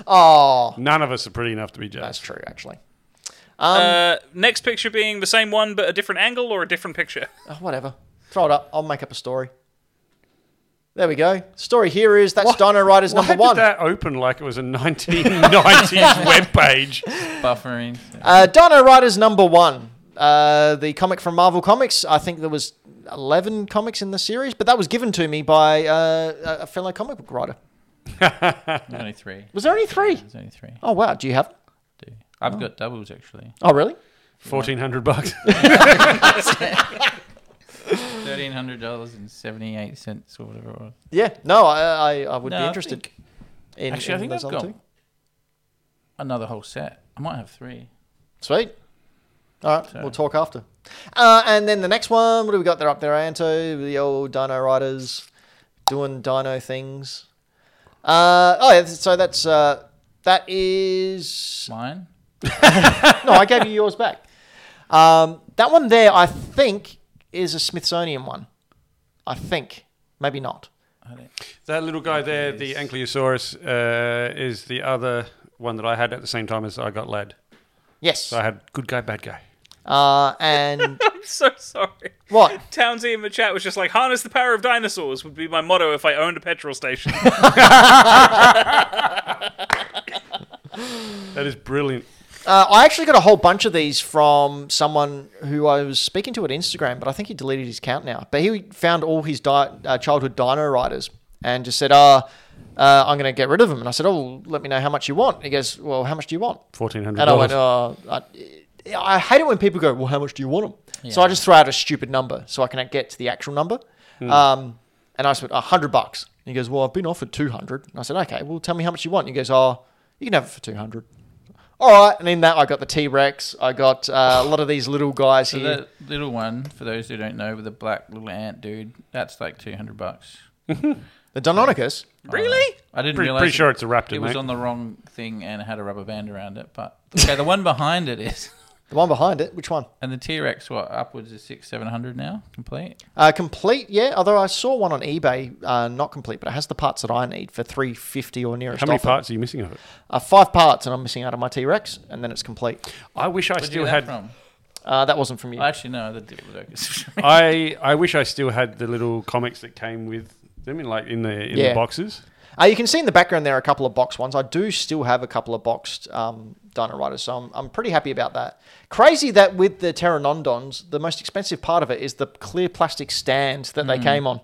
A: oh,
B: None of us are pretty enough to be
A: that's
B: judged.
A: true actually. Um,
D: uh, next picture being the same one but a different angle or a different picture.
A: Oh, whatever. Throw it up. I'll make up a story. There we go. Story here is that's Dino Riders
B: Why
A: number
B: did
A: one.
B: that open like it was a 1990s webpage?
C: Buffering.
A: Uh, Dino Riders number one, uh, the comic from Marvel Comics. I think there was eleven comics in the series, but that was given to me by uh, a- a fellow comic book writer.
C: There's only three.
A: Was there only three?
C: There's only three.
A: Oh wow! Do you have?
C: Two. I've got doubles actually.
A: Oh really?
B: 1400 bucks.
C: Thirteen hundred dollars and seventy eight cents or whatever it was.
A: Yeah. No, I I, I would
C: No,
A: be
C: I
A: interested. in,
C: Actually, I think
A: those
C: I've
A: other
C: got
A: two.
C: another whole set. I might have three.
A: Sweet. All right, we'll talk after. Uh, and then the next one, what do we got there up there, Anto? The old Dino Riders doing Dino things. Uh, oh, yeah, so that's uh, that is
C: Mine.
A: no, I gave you yours back. Um, that one there, I think, is a Smithsonian one. I think, maybe not.
C: I don't,
B: that little guy there, the Ankylosaurus, uh, is the other one that I had at the same time as I got lad.
A: Yes.
B: So I had good guy, bad guy.
A: Uh, and
D: I'm so sorry.
A: what?
D: Townsy in the chat was just like, harness the power of dinosaurs would be my motto if I owned a petrol station.
B: That is brilliant.
A: Uh, I actually got a whole bunch of these from someone who I was speaking to at Instagram, but I think he deleted his account now. But he found all his di- uh, childhood Dino Riders and just said, "Ah, uh, I'm going to get rid of them." And I said, "Oh, let me know how much you want." And he goes, "Well, how much do you want?"
B: $1,400.
A: And I went, "Oh, I, I hate it when people go, well, how much do you want them?" So I just throw out a stupid number so I can get to the actual number.
C: Hmm.
A: Um, and I said, "A hundred bucks." And he goes, "Well, I've been offered 200. And I said, "Okay, well, tell me how much you want." And he goes, "Oh, you can have it for 200." All right, and in that I got the T Rex. I got uh, a lot of these little guys
C: so
A: here.
C: that little one, for those who don't know, with the black little ant dude, that's like two hundred bucks.
A: The Deinonychus.
D: really?
C: I didn't
B: Pretty,
C: realize.
B: pretty
C: it-
B: sure it's a raptor,
C: It
B: mate.
C: was on the wrong thing and had a rubber band around it. But okay, the one behind it is,
A: The one behind it. Which one?
C: and the T Rex, what upwards of six, seven hundred now, complete.
A: Uh, complete. Yeah. Although I saw one on eBay, uh, not complete, but it has the parts that I need for three fifty or nearest.
B: How many
A: offer.
B: parts are you missing of it?
A: Uh, five parts, and I'm missing out on my T Rex, and then it's complete.
B: I wish I
C: Where'd you
B: still
C: get that
B: had.
C: from?
A: Uh, that wasn't from you.
C: I actually no, the Diplodocus.
B: I, I wish I still had the little comics that came with them in like in the in
A: Yeah.
B: the boxes.
A: Uh, you can see in the background there are a couple of boxed ones. I do still have a couple of boxed um, Dino Riders, so I'm, I'm pretty happy about that. Crazy that with the Pteranodons, the most expensive part of it is the clear plastic stand that
C: Hmm.
A: they came on,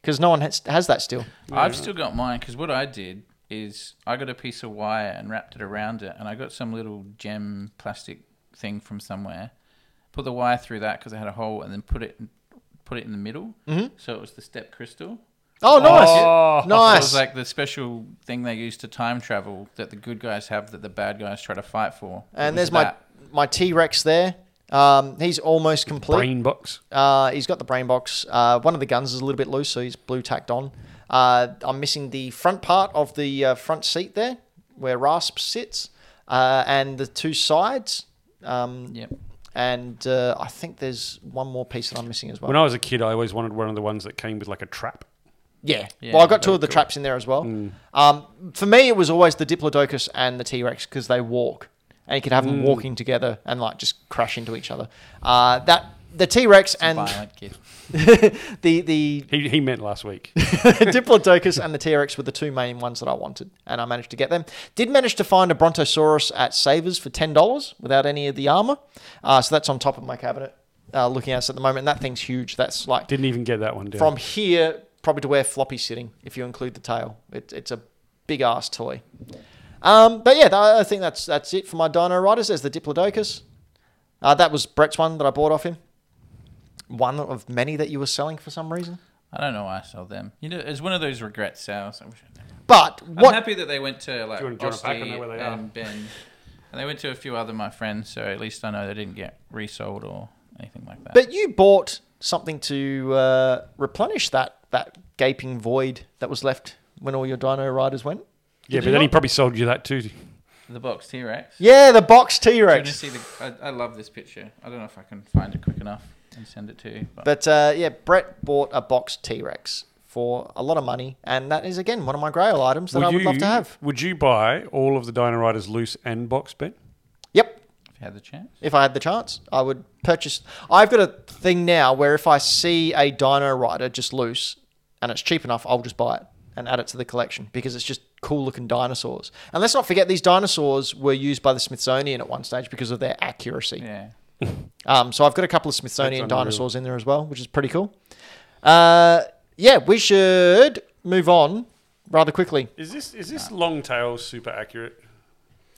A: because no one has, has that still.
C: I've still got mine because what I did is I got a piece of wire and wrapped it around it, and I got some little gem plastic thing from somewhere. Put the wire through that because I had a hole, and then put it put it in the middle. Mm-hmm. So it was the step crystal.
A: Oh, nice,
B: Oh.
C: So It
A: nice.
C: was like the special thing they use to time travel that the good guys have that the bad guys try to fight for. It
A: and
C: was
A: there's my
C: that.
A: my T Rex there. Um, he's almost complete.
B: Brain box.
A: Uh, he's got the brain box. Uh, one of the guns is a little bit loose, so he's blue tacked on. Uh, I'm missing the front part of the uh, front seat there, where Rasp sits, uh, and the two sides. Um,
C: Yep.
A: And uh, I think there's one more piece that I'm missing as well.
B: When I was a kid, I always wanted one of the ones that came with like a trap.
A: yeah.
C: Yeah,
A: Well, I got two
C: very
A: of the
C: cool.
A: traps in there as well. Um, for me, it was always the Diplodocus and the T Rex because they walk, and you could have them walking together and like just crash into each other. Uh, that the T Rex and
C: Violent kid.
A: the the
B: He, he meant last week.
A: Diplodocus and the T Rex were the two main ones that I wanted, and I managed to get them. Did manage to find a Brontosaurus at Savers for ten dollars without any of the armor, uh, so that's on top of my cabinet, uh, looking at us at the moment. And that thing's huge. That's like
B: Didn't even get that one down.
A: from here probably to where Floppy's sitting, if you include the tail. It, it's a big ass toy. Um, but yeah, th- I think that's that's it for my Dino Riders. There's the Diplodocus. Uh, that was Brett's one that I bought off him. One of many that you were selling for some reason.
C: I don't know why I sold them. You know, it's one of those regret sales. I wish I
A: But
C: I'm
A: what?
C: happy that they went to like
B: Do you want- do you want to pack? I
C: Aussie
B: know where they are.
C: and Ben, and they went to a few other of my friends. So at least I know they didn't get resold or anything like that.
A: But you bought something to uh, replenish that that gaping void that was left when all your Dino Riders went.
B: yeah,
A: Did
B: but
A: you
B: then he
A: not?
B: probably sold you that too.
C: the box T Rex.
A: Yeah, the box T
C: Do you want to
A: Rex.
C: see the? I, I love this picture. I don't know if I can find it quick enough and send it to you. But,
A: But uh, yeah, Brett bought a box T Rex for a lot of money, and that is again one of my grail items that I would
B: you,
A: love to have.
B: Would you buy all of the Dino Riders loose and box, Ben?
A: Yep,
C: if you had the chance,
A: if I had the chance, I would purchase. I've got a thing now where if I see a Dino Rider just loose and it's cheap enough, I'll just buy it and add it to the collection because it's just cool looking dinosaurs. And let's not forget these dinosaurs were used by the Smithsonian at one stage because of their accuracy.
C: yeah.
A: Um, so I've got a couple of Smithsonian
B: That's unreal.
A: dinosaurs in there as well, which is pretty cool. Uh, yeah, we should move on rather quickly.
B: Is this is this long tail super accurate?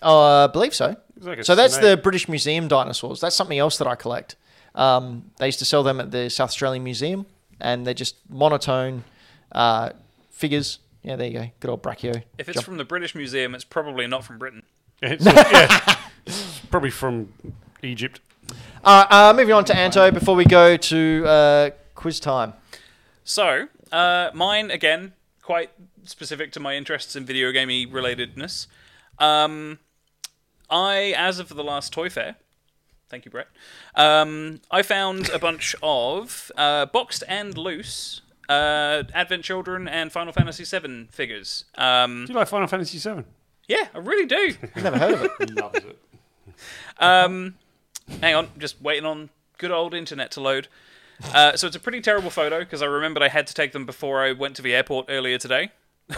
A: Uh, I believe so.
B: It's like a
A: So that's the
B: snake.
A: British Museum dinosaurs. That's something else that I collect. Um, they used to sell them at the South Australian Museum, and they're just monotone uh, figures. Yeah, there you go. Good old Brachio.
D: If it's
A: Jump-
D: from the British Museum, it's probably not from Britain.
B: It's, yeah. It's probably from Egypt.
A: All right, uh, moving on to Anto before we go to uh, quiz time.
D: So, uh, mine again, quite specific to my interests in video gamey relatedness. Um, I, as of the last Toy Fair, thank you, Brett. Um, I found a bunch of uh, boxed and loose uh, Advent Children and Final Fantasy VII figures. Um,
B: Do you like Final Fantasy VII?
D: yeah, I really do.
A: Never heard of it.
B: Loves it.
D: Um, Hang on, just waiting on good old internet to load. Uh, so it's a pretty terrible photo because I remembered I had to take them before I went to the airport earlier today.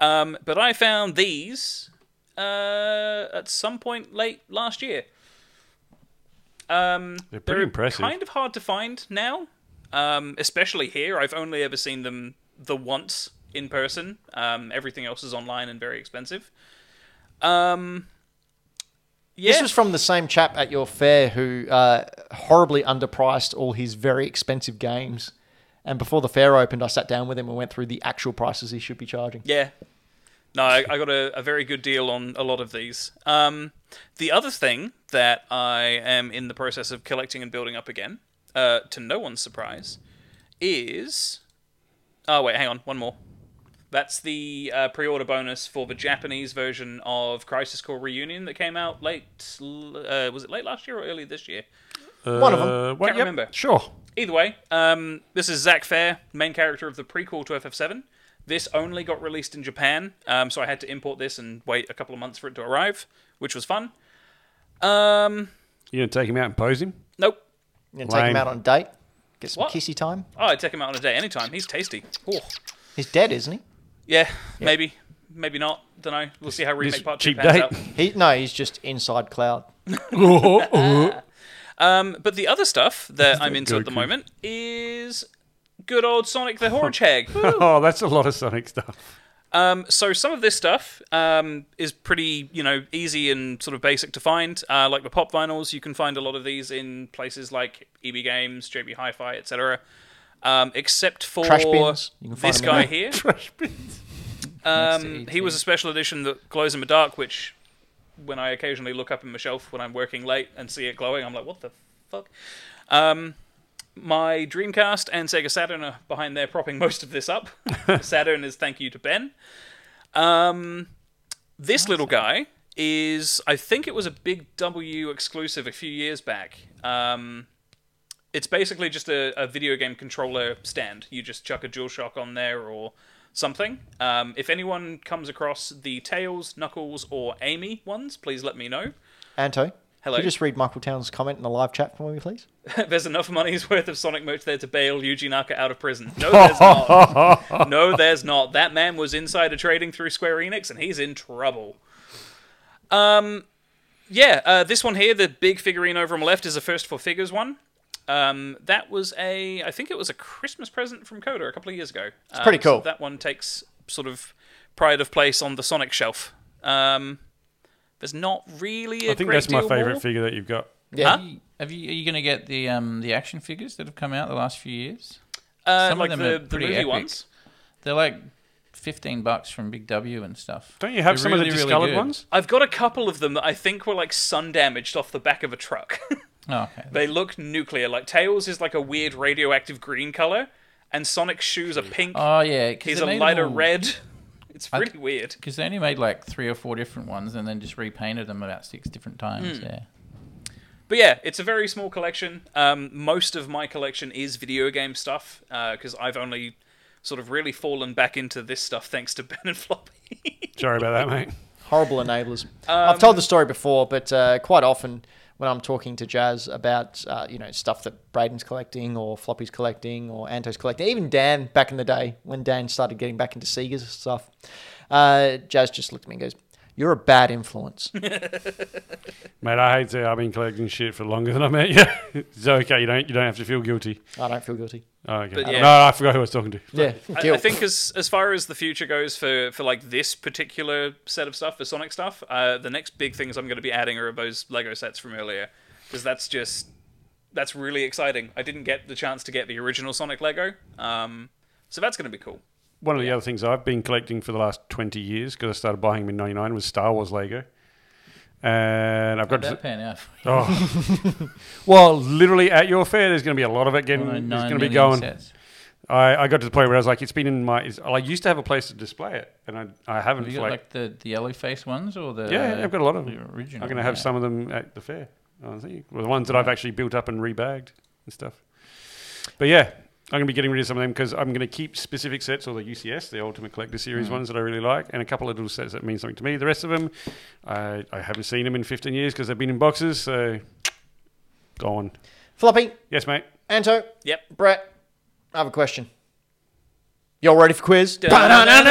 D: um, but I found these uh, at some point late last year. Um,
B: They're pretty impressive.
D: Kind of hard to find now, um, especially here. I've only ever seen them the once in person. Um, everything else is online and very expensive. Um, yeah.
A: This was from the same chap at your fair who uh, horribly underpriced all his very expensive games. And before the fair opened, I sat down with him and went through the actual prices he should be charging.
D: Yeah. No, I, I got a, a very good deal on a lot of these. Um, the other thing that I am in the process of collecting and building up again, uh, to no one's surprise, is. Oh, wait, hang on, one more. That's the uh, pre order bonus for the Japanese version of Crisis Core Reunion that came out late. l- Uh, was it late last year or early this year?
A: One of 'em.
B: Uh,
D: Can't remember.
B: Sure.
D: Either way, um, this is Zack Fair, main character of the prequel to FF7. This only got released in Japan, um, so I had to import this and wait a couple of months for it to arrive, which was fun. Um,
B: You gonna take him out and pose him?
D: nope.
A: You gonna take him
B: Lame.
A: out on a date, get some
D: What?
A: kissy time.
D: Oh, I'd take him out on a day anytime. He's tasty. Ooh.
A: He's dead, isn't he?
D: Yeah, maybe. Maybe not. Don't know. We'll see how Remake Part 2
B: cheap
D: pans
B: date.
D: out.
A: He no, he's just inside cloud.
D: Um, but the other stuff that I'm into at the
B: Goku.
D: moment is good old Sonic the Hedgehog.
B: Oh, that's a lot of Sonic stuff.
D: Um, so some of this stuff um, is pretty, you know, easy and sort of basic to find. Uh, like the pop vinyls, you can find a lot of these in places like EB Games, JB Hi-Fi, etc. Um, except for
A: Trash bins, you can find
D: this
A: them in
D: guy
A: there.
D: here.
B: Trash bins.
D: Um, he was a special edition that glows in the dark, which when I occasionally look up in my shelf when I'm working late and see it glowing, I'm like, what the fuck? Um, my Dreamcast and Sega Saturn are behind there propping most of this up. Saturn is thank you to Ben. Um, this little guy is, I think it was a Big W exclusive a few years back. Um, it's basically just a, a video game controller stand. You just chuck a DualShock on there or something. Um, if anyone comes across the Tails, Knuckles, or Amy ones, please let me know.
A: Anto,
D: Hello.
A: could you just read Michael Town's comment in the live chat for me, please?
D: there's enough money's worth of Sonic merch there to bail Yuji Naka out of prison. No, there's not. no, there's not. That man was insider trading through Square Enix, and he's in trouble. Um, yeah, uh, this one here, the big figurine over on my left, is the first four figures one. Um, that was a, I think it was a Christmas present from Coda a couple of years ago. It's
A: pretty cool.
D: that one takes sort of pride of place on the Sonic shelf. Um, there's not really. I
B: I think that's my
D: favorite
B: favourite figure that you've got.
A: Yeah.
C: Have you, have you- are you going to get the um, the action figures that have come out the last few years?
D: Uh,
C: Some of
D: like
C: them
D: the,
C: are
D: the
C: pretty
D: movie
C: epic.
D: ones.
C: They're like fifteen bucks from Big W and stuff.
B: Don't you have
C: They're
B: some of
C: really,
B: the
C: really
B: discoloured
C: good.
B: ones?
D: I've got a couple of them that I think were like sun damaged off the back of a truck.
C: Oh, okay.
D: they look nuclear. Like Tails is like a weird radioactive green color, and Sonic's shoes are pink.
C: Oh yeah,
D: He's a lighter red. It's really weird.
C: Because they only made like three or four different ones and then just repainted them about six different times.
D: Hmm.
C: Yeah.
D: But yeah, it's a very small collection. Um, most of my collection is video game stuff because I've only sort of really fallen back into this stuff thanks to Ben and Floppy.
B: Sorry about that, mate.
A: Horrible enablers.
D: Um,
A: I've told the story before, but uh, quite often when I'm talking to Jazz about uh, you know stuff that Braden's collecting or Floppy's collecting or Anto's collecting, even Dan back in the day when Dan started getting back into Sega's stuff, uh, Jazz just looked at me and goes, "You're a bad influence."
B: Mate, I hate to say I've been collecting shit for longer than I met you. it's okay. You don't. You don't have to feel guilty.
A: I don't feel guilty.
B: Oh, okay.
D: But yeah.
B: No, I forgot who I was talking to.
A: Yeah,
D: I, I
A: guilt.
D: think as as far as the future goes for for like this particular set of stuff for Sonic stuff, uh, the next big things I'm going to be adding are those Lego sets from earlier because that's just that's really exciting. I didn't get the chance to get the original Sonic Lego, um, so that's going to be cool.
B: One of the other things I've been collecting for the last twenty years because I started buying them in '99 was Star Wars Lego, and I've got.
C: That pan out.
B: oh. well, literally at your fair, there's going to be a lot of it getting.
C: Nine
B: It's going to be going.
C: million sets.
B: I, I got to the point where I was like, it's been in my. It's, I used to have a place to display it, and I, I haven't.
C: Have you
B: for
C: got like,
B: like,
C: the, the yellow face ones or the
B: yeah, yeah, I've got a lot of
C: the
B: them.
C: original?
B: I'm going to have
C: yeah.
B: some of them at the fair. I think well, the ones that I've actually built up and rebagged and stuff. But yeah, I'm going to be getting rid of some of them because I'm going to keep specific sets or the UCS, the Ultimate Collector Series ones that I really like, and a couple of little sets that mean something to me. The rest of them, I, I haven't seen them in 15 years because they've been in boxes. So gone.
A: Floppy,
B: Yes, mate.
A: Anto,
D: Yep.
A: Brett, I have a question. Y'all ready for quiz?
B: Yeah.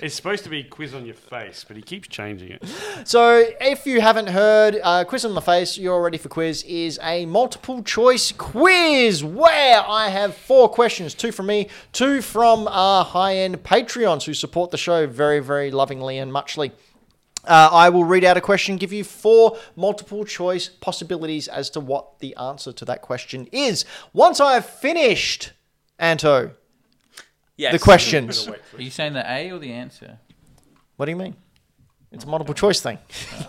B: it's supposed to be quiz on your face, but he keeps changing it.
A: So, if you haven't heard, uh, Quiz on the Face, You're Ready for Quiz is a multiple choice quiz where I have four questions two from me, two from our high end Patreons who support the show very, very lovingly and muchly. Uh, I will read out a question, give you four multiple choice possibilities as to what the answer to that question is. Once I have finished, Anto,
D: Yes.
A: the questions.
C: Are you saying the A or the answer?
A: What do you mean? It's a multiple choice thing.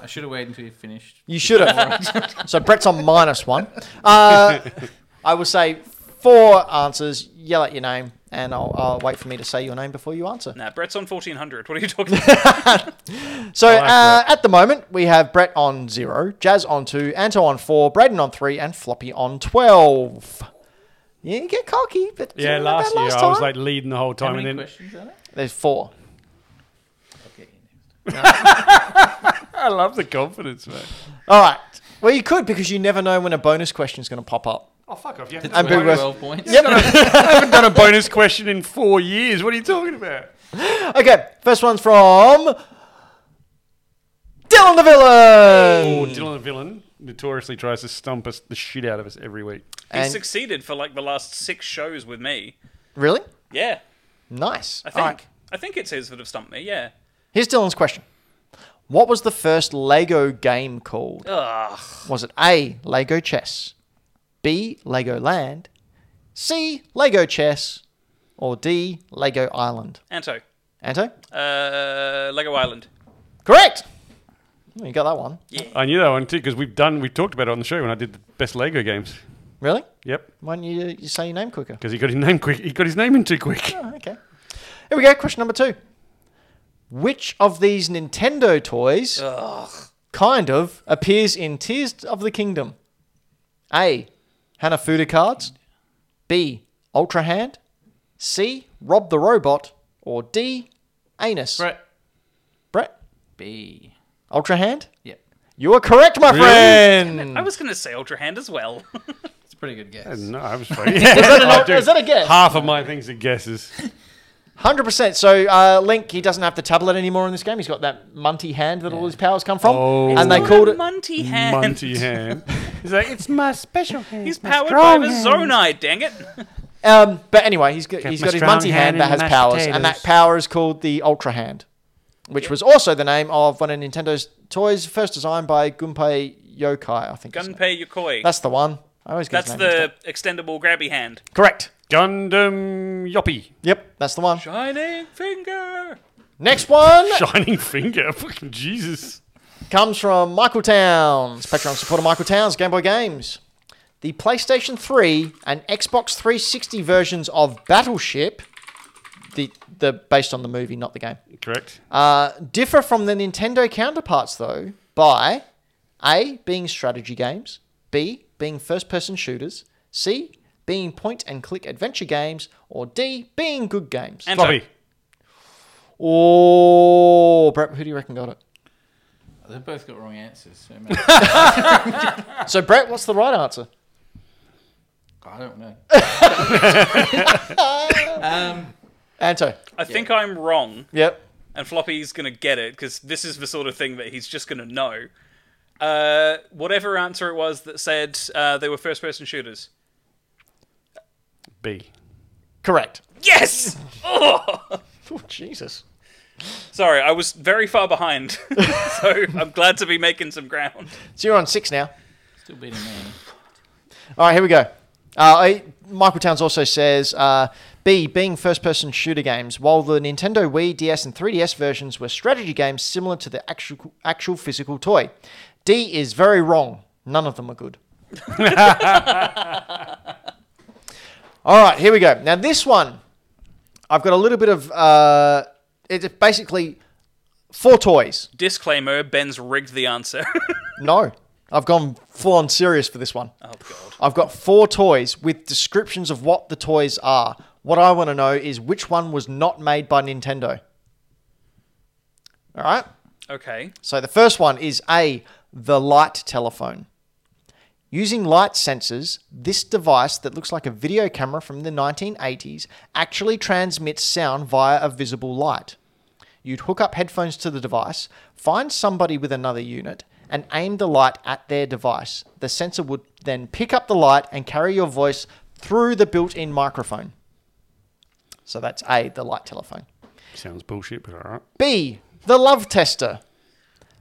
C: I should have waited until you finished.
A: You should have. so Brett's on minus one. Uh, I will say four answers. Yell out your name, and I'll, I'll wait for me to say your name before you answer.
D: Nah, Brett's on 1400. What are you talking about?
A: So uh, at the moment, we have Brett on zero, Jazz on two, Anto on four, Braden on three, and Floppy on twelve. Yeah, you get cocky, but you
B: Yeah,
A: know about
B: last year I
A: time?
B: was like leading the whole
C: How
B: time,
C: many
B: and then
C: questions are there?
A: there's four.
C: Okay.
B: I love the confidence, mate.
A: All right. Well, you could because you never know when a bonus question is going to pop up.
B: Oh fuck off! You haven't,
A: And Big
B: done, a
A: Brother-
B: bonus,
C: Twelve points.
B: done a bonus question in four years. What are you talking about?
A: Okay, first one's from Dylan the Villain.
B: Or Dylan the villain notoriously tries to stump us the shit out of us every week.
D: He
A: And-
D: succeeded for like the last six shows with me.
A: Really?
D: Yeah,
A: Nice.
D: I think.
A: All right.
D: I think it's his that have stumped me. Yeah.
A: Here's Dylan's question. What was the first Lego game called?
D: Ugh.
A: Was it A, Lego Chess, B, Lego Land, C, Lego Chess, or D, Lego Island?
D: Anto.
A: Anto?
D: Uh, Lego Island.
A: Correct. You got that one.
B: I knew that one too because we've done we've talked about it on the show when I did the best Lego games.
A: Really?
B: Yep,
A: Why don't you, you say your name quicker?
B: because he got his name quick. He got his name in too quick.
A: Oh, okay. Here we go. Question number two. Which of these Nintendo toys kind of appears in Tears of the Kingdom? A. Hanafuda cards. B. Ultra Hand. C. Rob the Robot. Or D. Anus.
C: Brett
A: Brett?
C: B.
A: Ultra Hand?
C: Yep.
A: You are correct, my friend.
D: I was going to say Ultra Hand as well.
C: It's a pretty good guess.
B: No, I was afraid. Yeah,
A: Is that, an,
B: I'll do
A: is that a guess?
B: Half of my things are guesses.
A: Hundred percent. So uh, Link, he doesn't have the tablet anymore in this game. He's got that Munty hand that all his powers come from,
B: Oh.
A: and they
D: What
A: called
D: a
A: it.
D: Munty Hand.
B: Munty hand. He's like, it's my special hand.
D: He's
B: my
D: powered by
B: strong
D: the
B: hand."
D: Zonai, dang it.
A: Um, but anyway, he's got, he's
B: my
A: got his
B: strong
A: Munty
B: hand
A: hand that
B: in
A: has
B: mashed
A: powers, and
B: potatoes.
A: that power is called the Ultra Hand, which was also the name of one of Nintendo's toys, first designed by Gunpei Yokai, I think. his name-
D: Gunpei Yokoi.
A: That's the one. I always get his
D: That's
A: name mixed
D: the extendable grabby hand.
A: up. correct.
B: Gundam Yoppie.
A: Yep, that's the one.
D: Shining finger.
A: Next one
B: Shining finger. Fucking Jesus.
A: comes from Michael Towns, Patreon supporter Michael Towns, Game Boy Games. The PlayStation 3 and Xbox 360 versions of Battleship, the the based on the movie, not the game,
B: Correct.
A: uh, differ from the Nintendo counterparts though by A being strategy games, B being first-person shooters, C being point and click adventure games, or D being good games.
D: And-
B: Floppy.
A: oh, Brett, who do you reckon got it?
C: They both got wrong answers. So maybe-
A: So Brett, what's the right answer?
C: I don't know. um,
A: Anto.
D: I think I'm wrong,
A: Yep.
D: and Floppy's going to get it because this is the sort of thing that he's just going to know. Uh, whatever answer it was that said uh, they were first person shooters.
B: B.
A: Correct.
D: Yes!
A: Oh, Jesus.
D: Sorry, I was very far behind, so I'm glad to be making some ground.
A: So you're on six now.
C: still beating me.
A: All right, here we go. Uh, I, Michael Towns also says uh, B, being first person shooter games, while the Nintendo Wii, DS, and 3DS versions were strategy games similar to the actual, actual physical toy. D is very wrong. None of them are good. All right, here we go. Now, this one, I've got a little bit of. Uh, it's basically four toys.
D: Disclaimer Ben's rigged the answer.
A: No, I've gone full on serious for this one.
D: oh, God.
A: I've got four toys with descriptions of what the toys are. What I want to know is which one was not made by Nintendo. All right.
D: Okay.
A: So the first one is A, the light telephone. Using light sensors, this device that looks like a video camera from the 1980s actually transmits sound via a visible light. You'd hook up headphones to the device, find somebody with another unit, and aim the light at their device. The sensor would then pick up the light and carry your voice through the built in microphone. So that's A, the light telephone.
B: Sounds bullshit, but all right.
A: B. The love tester.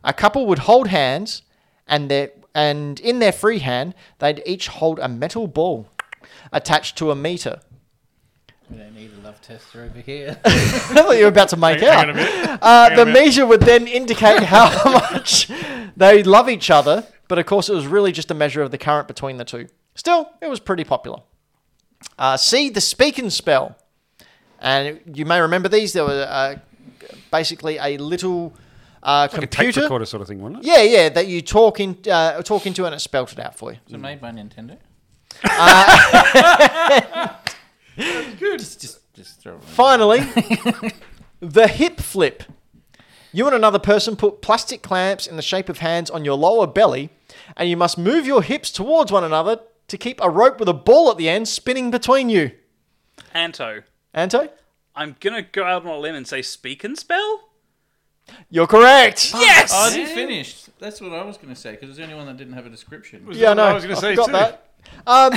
A: A couple would hold hands, and their and in their free hand, they'd each hold a metal ball attached to a meter.
C: We don't need a love tester over here.
A: I thought you were about to make
B: Hang on a
A: out.
B: minute.
A: Uh, the
B: a minute.
A: measure would then indicate how much they love each other, but of course, it was really just a measure of the current between the two. Still, it was pretty popular. Uh, C. The speak and spell. And you may remember these. There were uh, basically a little uh,
B: A tape
A: computer.
B: recorder sort of thing, wasn't it?
A: Yeah, yeah, that you talk in, uh, talk into and it spelt it out for you.
C: Was it made by Nintendo? good. Just, just, just throw it. in.
A: Finally, the hip flip. You and another person put plastic clamps in the shape of hands on your lower belly, and you must move your hips towards one another to keep a rope with a ball at the end spinning between you.
D: Anto,
A: Anto,
D: I'm going to go out on a limb and say speak and spell?
A: you're correct.
D: Yes!
C: Oh, I did finish. That's what I was going to say because it was the only one that didn't have a description.
A: Yeah,
B: I
A: no, I
B: was gonna say
A: forgot
B: too.
A: that. Um,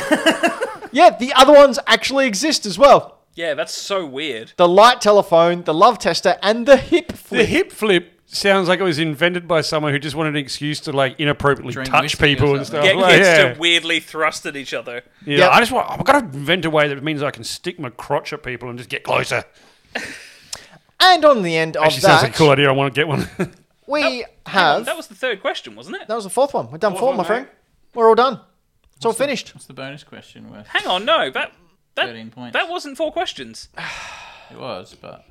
A: yeah, the other ones actually exist as well.
D: Yeah, that's so weird.
A: The light telephone, the love tester, and the hip flip.
B: The hip flip sounds like it was invented by someone who just wanted an excuse to like inappropriately
C: Drink
B: touch
C: whiskey or
B: people and
C: something.
B: stuff.
D: Get
B: Like,
D: kids
B: Oh, yeah.
D: to weirdly thrust at each other.
B: Yeah,
A: Yep.
B: I just want. I've got to invent a way that means I can stick my crotch at people and just get closer.
A: And on the end of
B: Actually,
A: that,
B: sounds like a cool idea. I want to get one.
A: we
D: Hang on,
A: have
D: That was the third question, wasn't it?
A: that was the fourth one. We've done
B: Fourth
A: four,
B: one,
A: my
B: mate.
A: friend. We're all done. It's all finished.
C: What's the bonus question worth?
D: Hang on, no, that that
C: 13 points.
D: that wasn't four questions. Oh,
C: It was, but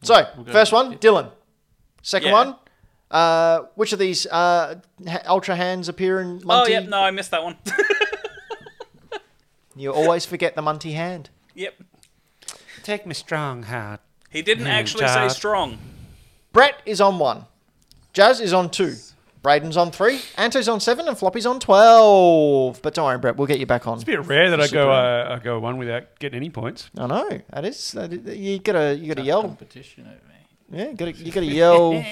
A: So,
C: go
A: first
C: with
A: one, Dylan. Second
D: Yeah.
A: one, uh, which of these uh, ha- ultra hands appear in
D: Oh,
A: Munty?
D: yep, no, I missed that one.
A: You always forget the Munty hand.
D: yep,
B: Take me strong hard.
D: he didn't actually say
B: Dad.
D: strong.
A: Brett is on one. Jazz is on two. Braden's on three. Anto's on seven, and Floppy's on twelve. But don't worry, Brett. We'll get you back on.
B: It's a bit rare that I go uh, I go one without getting any points.
A: I know that is. That is you gotta you gotta yell.
C: competition over me.
A: Yeah, you gotta you gotta yell.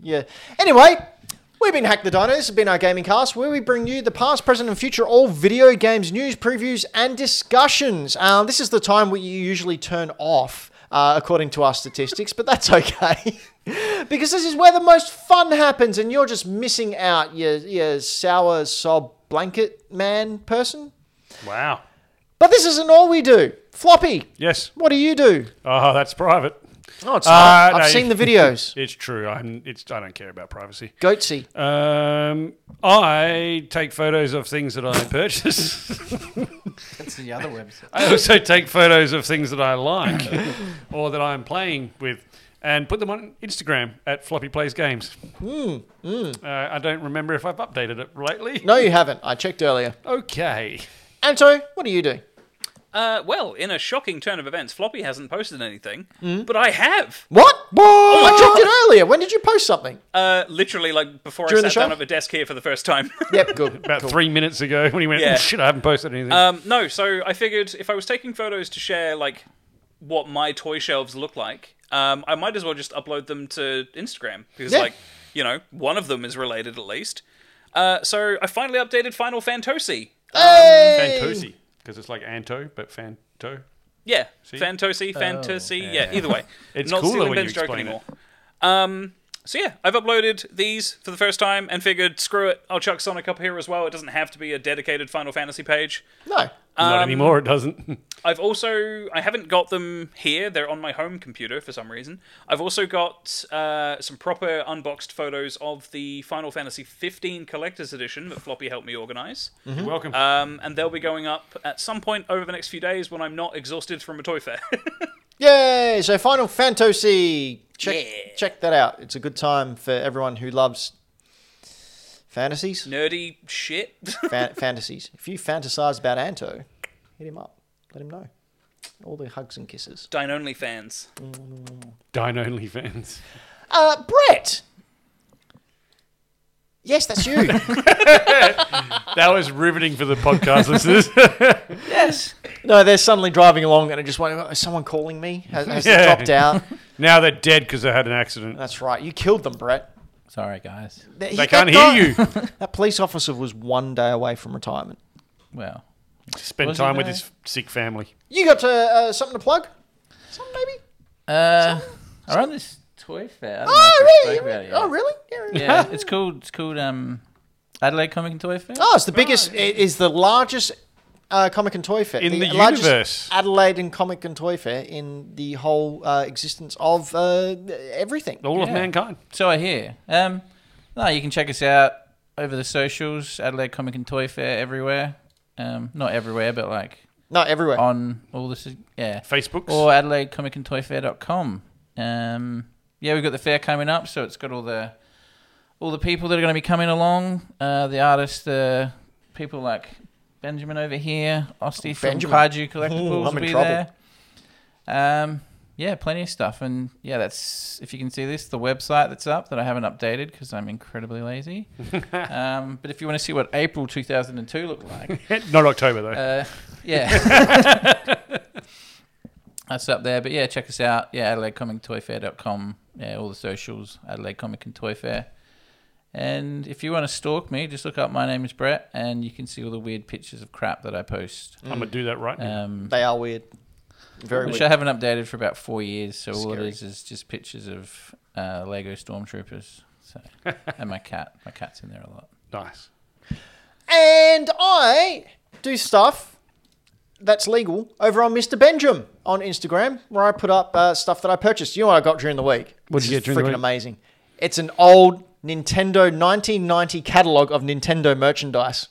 A: Yeah. Anyway, we've been Hack the Dino. This has been our gaming cast where we bring you the past, present, and future all video games news, previews, and discussions. Um, this is the time where you usually turn off. Uh, according to our statistics, but that's okay because this is where the most fun happens, and you're just missing out, you, you sour sob blanket man person.
B: Wow.
A: But this isn't all we do. Floppy,
B: Yes.
A: what do you do?
B: Oh, that's private.
A: Oh, it's
B: Uh,
A: not. I've
B: no,
A: seen
B: you-
A: the videos.
B: It's true. I'm. It's. I don't care about privacy.
A: Goatsy.
B: Um, I take photos of things that I purchase.
C: That's the other website.
B: I also take photos of things that I like or that I'm playing with, and put them on Instagram at Floppy Plays Games. Uh, I don't remember if I've updated it lately.
A: No, you haven't. I checked earlier.
B: Okay.
A: Anto, what do you do?
D: Uh, well, in a shocking turn of events, Floppy hasn't posted anything,
A: Hmm.
D: but I have.
A: What? Oh, I checked it earlier. When did you post something?
D: Uh, literally, like before
A: During
D: I
A: the
D: sat down
A: show?
D: at the desk here for the first time.
A: Yep, good.
B: About three minutes ago, when he went,
D: Yeah.
B: shit, I haven't posted anything.
D: Um, no, so I figured if I was taking photos to share like what my toy shelves look like, um, I might as well just upload them to Instagram because
A: Yeah.
D: like you know one of them is related at least. Uh, so I finally updated Final Fantosi.
A: Hey!
B: Fantosi, because it's like Anto, but Fanto.
D: Yeah, Fantosi, Fantasy. yeah. either way,
B: It's
D: not
B: cooler
D: stealing
B: when you
D: Ben's joke
B: explain it.
D: anymore. Um, so yeah, I've uploaded these for the first time and figured screw it, I'll chuck Sonic up here as well. It doesn't have to be a dedicated Final Fantasy page.
A: No.
B: Not anymore, it doesn't.
D: I've also I haven't got them here. They're on my home computer for some reason. I've also got uh, some proper unboxed photos of the Final Fantasy 15 Collector's Edition that Floppy helped me organize,
A: Hmm.
B: You're welcome.
D: um, and they'll be going up at some point over the next few days when I'm not exhausted from a toy fair.
A: Yay! So Final Fantasy. Check
D: Yeah.
A: check that out. It's a good time for everyone who loves fantasies.
D: Nerdy shit.
A: Fan- fantasies. If you fantasize about Anto, hit him up. Let him know. All the hugs and kisses.
D: Dine only fans.
B: Dine only fans.
A: Uh, Brett. Yes, that's you.
B: That was riveting for the podcast listeners.
D: Yes.
A: No, they're suddenly driving along and I just went, is someone calling me? Has, has it
B: Yeah.
A: dropped out?
B: now they're dead because they had an accident.
A: That's right. You killed them, Brett.
C: Sorry, guys.
A: That-
B: They
A: that
B: can't
A: guy-
B: hear you.
A: That police officer was one day away from retirement.
C: Well,
B: Spend
C: Was
B: time
C: it,
B: with
C: uh,
B: his sick family.
A: You got uh, uh, something to plug? Something maybe?
C: uh, I run this toy fair. I don't know if we
A: Oh,
C: spoke
A: really?
C: about it yet.
A: Oh, really? Yeah.
C: Yeah, it's called it's called um, Adelaide Comic and Toy Fair.
A: Oh, it's the biggest. It is the largest uh, comic and toy fair
B: In the
A: largest
B: universe.
A: Adelaide and comic and toy fair in the whole uh, existence of uh, everything.
B: All of
C: Yeah.
B: mankind.
C: So I hear. Um, no, you can check us out over the socials, Adelaide Comic and Toy Fair everywhere. Um, not everywhere, but like
A: No, everywhere.
C: on all this. Yeah,
B: Facebooks.
C: or Adelaide Comic and Toy Fair.com. Um, yeah, we've got the fair coming up, so it's got all the all the people that are going to be coming along, uh, the artists, the people like Benjamin over here, Ostie from
A: Oh, Benjamin.
C: Kaiju
A: Ooh,
C: Collectibles
A: I'm
C: will
A: in
C: be
A: trouble.
C: there. Um, yeah, plenty of stuff, and yeah, that's if you can see this, the website that's up that I haven't updated because I'm incredibly lazy. um, but if you want to see what April 2002 looked like,
B: Not October,
A: Um,
B: though.
C: uh, yeah. That's up there. But yeah, check us out. Yeah, AdelaideComicToyFair.com. Yeah, all the socials, Adelaide Comic and Toy Fair. And if you want to stalk me, just look up my name is Brett and you can see all the weird pictures of crap that I post.
B: I'm going to do that right
A: uh,
B: now.
C: Um,
A: they are weird. Mm. Very
C: which
A: weird.
C: I haven't updated for about four years. So all it
A: Scary.
C: is is just pictures of uh, Lego Stormtroopers. So, and my cat. My cat's in there a lot.
B: Nice.
A: and I do stuff that's legal over on Mr. Benjamin on Instagram, where I put up uh, stuff that I purchased. You know what I got during the week?
B: What did you
A: This
B: get
A: is
B: during the
A: freaking
B: week?
A: amazing. It's an old Nintendo 1990 catalog of Nintendo merchandise.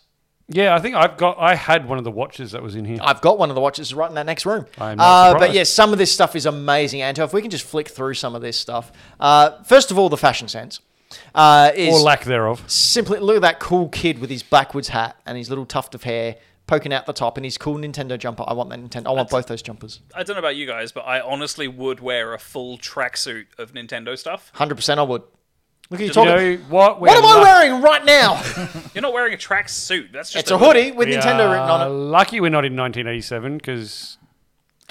B: Yeah, I think I've got. I had one of the watches that was in here.
A: I've got one of the watches right in that next room.
B: I am not
A: uh, but
B: surprised.
A: yes, some of this stuff is amazing, Anto. If we can just flick through some of this stuff. Uh, first of all, the fashion sense. Uh, is
B: or lack thereof.
A: simply look at that cool kid with his backwards hat and his little tuft of hair poking out the top and his cool Nintendo jumper. I want that Nintendo. I want both those jumpers.
D: I don't know about you guys, but I honestly would wear a full tracksuit of Nintendo stuff.
A: Hundred percent, I would. Look at you
B: You
A: talking.
B: know what?
A: what am I wearing right now?
D: You're not wearing a tracksuit. That's just
A: it's a hoodie with Nintendo written on it.
B: Lucky we're not in 1987 because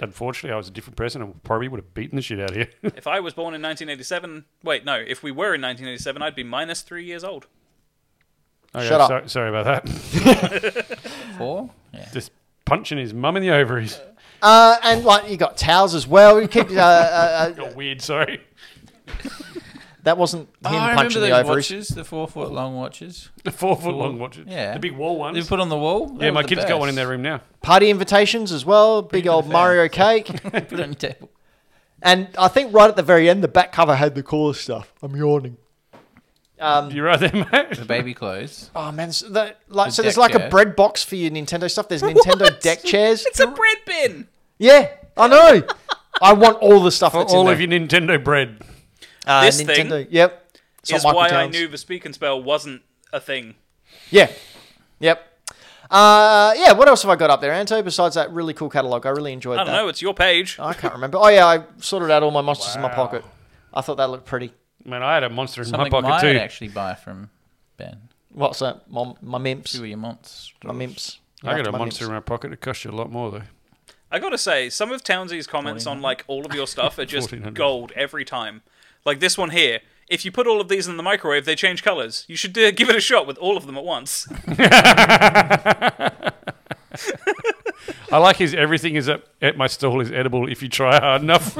B: unfortunately I was a different person and probably would have beaten the shit out of you.
D: If I was born in 1987, wait, no, if we were in 1987, I'd be minus three years old.
B: Okay,
A: Shut up.
B: so- sorry about that.
C: Four? Yeah.
B: Just punching his mum in the ovaries.
A: Uh, and like you got towels as well. You keep uh, uh, uh,
B: You're weird. Sorry.
A: that wasn't him
C: Oh, I remember
A: punching the
C: those
A: ovaries.
C: watches, the four foot long watches.
B: The four foot long watches.
C: Yeah.
B: The big wall ones.
C: They put on the wall.
B: yeah, my kid's got one in their room now.
A: Party invitations as well. Big old Mario cake.
C: Put it on your table.
A: and I think right at the very end, the back cover had the coolest stuff. I'm yawning. Um,
B: You right there, mate?
C: The baby clothes.
A: Oh man, so, that, like,
C: The
A: so there's
C: deck
A: like a
C: chair.
A: bread box for your Nintendo stuff. There's Nintendo
D: What?
A: deck chairs.
D: It's a bread bin.
A: Yeah, I know. I want all the stuff that's in
B: All
A: there.
B: of your Nintendo bread.
A: Uh,
D: This
A: Nintendo.
D: thing
A: Yep. It's not
D: Is
A: Michael
D: why I
A: Towns.
D: knew the speak and spell wasn't a thing.
A: Yeah. Yep. Uh, yeah. What else have I got up there, Anto? Besides that really cool catalog, I really enjoyed
D: I don't
A: that.
D: know. It's your page.
A: I can't remember. Oh yeah, I sorted out all my monsters in my
B: Wow.
A: pocket. I thought that looked pretty.
B: Man, I had a monster in
C: Something
B: my
C: I
B: pocket
C: would
B: too.
C: actually buy from Ben.
A: What's that? My, my mimps.
C: Two of your monsters.
A: My mimps.
B: I
A: Yeah,
B: got a
A: my
B: monster in
A: mimps.
B: my pocket. It cost you a lot more though.
D: I gotta say, some of Townsie's comments on like all of your stuff are just
B: 1400.
D: gold every time. Like this one here. If you put all of these in the microwave, they change colors. You should uh, give it a shot with all of them at once.
B: I like his everything is at, at my stall is edible if you try hard enough.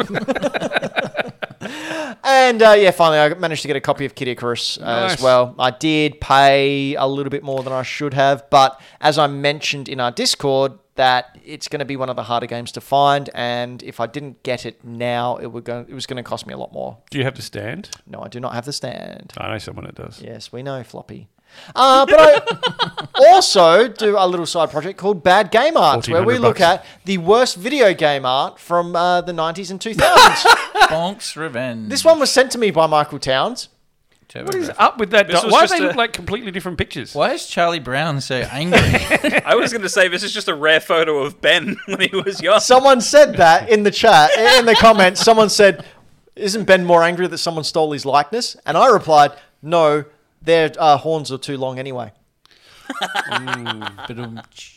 A: And uh, yeah, finally, I managed to get a copy of Kid Icarus uh, as
B: Nice.
A: well. I did pay a little bit more than I should have, but as I mentioned in our Discord, that it's going to be one of the harder games to find, and if I didn't get it now, it would go. It was going to cost me a lot more.
B: Do you have to stand?
A: No, I do not have the stand.
B: I know someone that does.
A: Yes, we know floppy. Uh, but I also do a little side project called Bad Game Arts, where we
B: 1400
A: look
B: bucks.
A: at the worst video game art from uh, the 90s and 2000s.
C: Bonks Revenge.
A: this one was sent to me by Michael Towns.
C: Turbo
B: What is
C: Graphics.
B: up with that?
D: This
B: di-
D: was
B: Why do
D: just
B: they
D: a-
B: look like completely different pictures?
C: Why is Charlie Brown so angry?
D: I was gonna say this is just a rare photo of Ben when he was young.
A: Someone said that in the chat, in the comments. Someone said, Isn't Ben more angry that someone stole his likeness? And I replied, No, their uh, horns are too long anyway.
C: Ba-dum-tsh.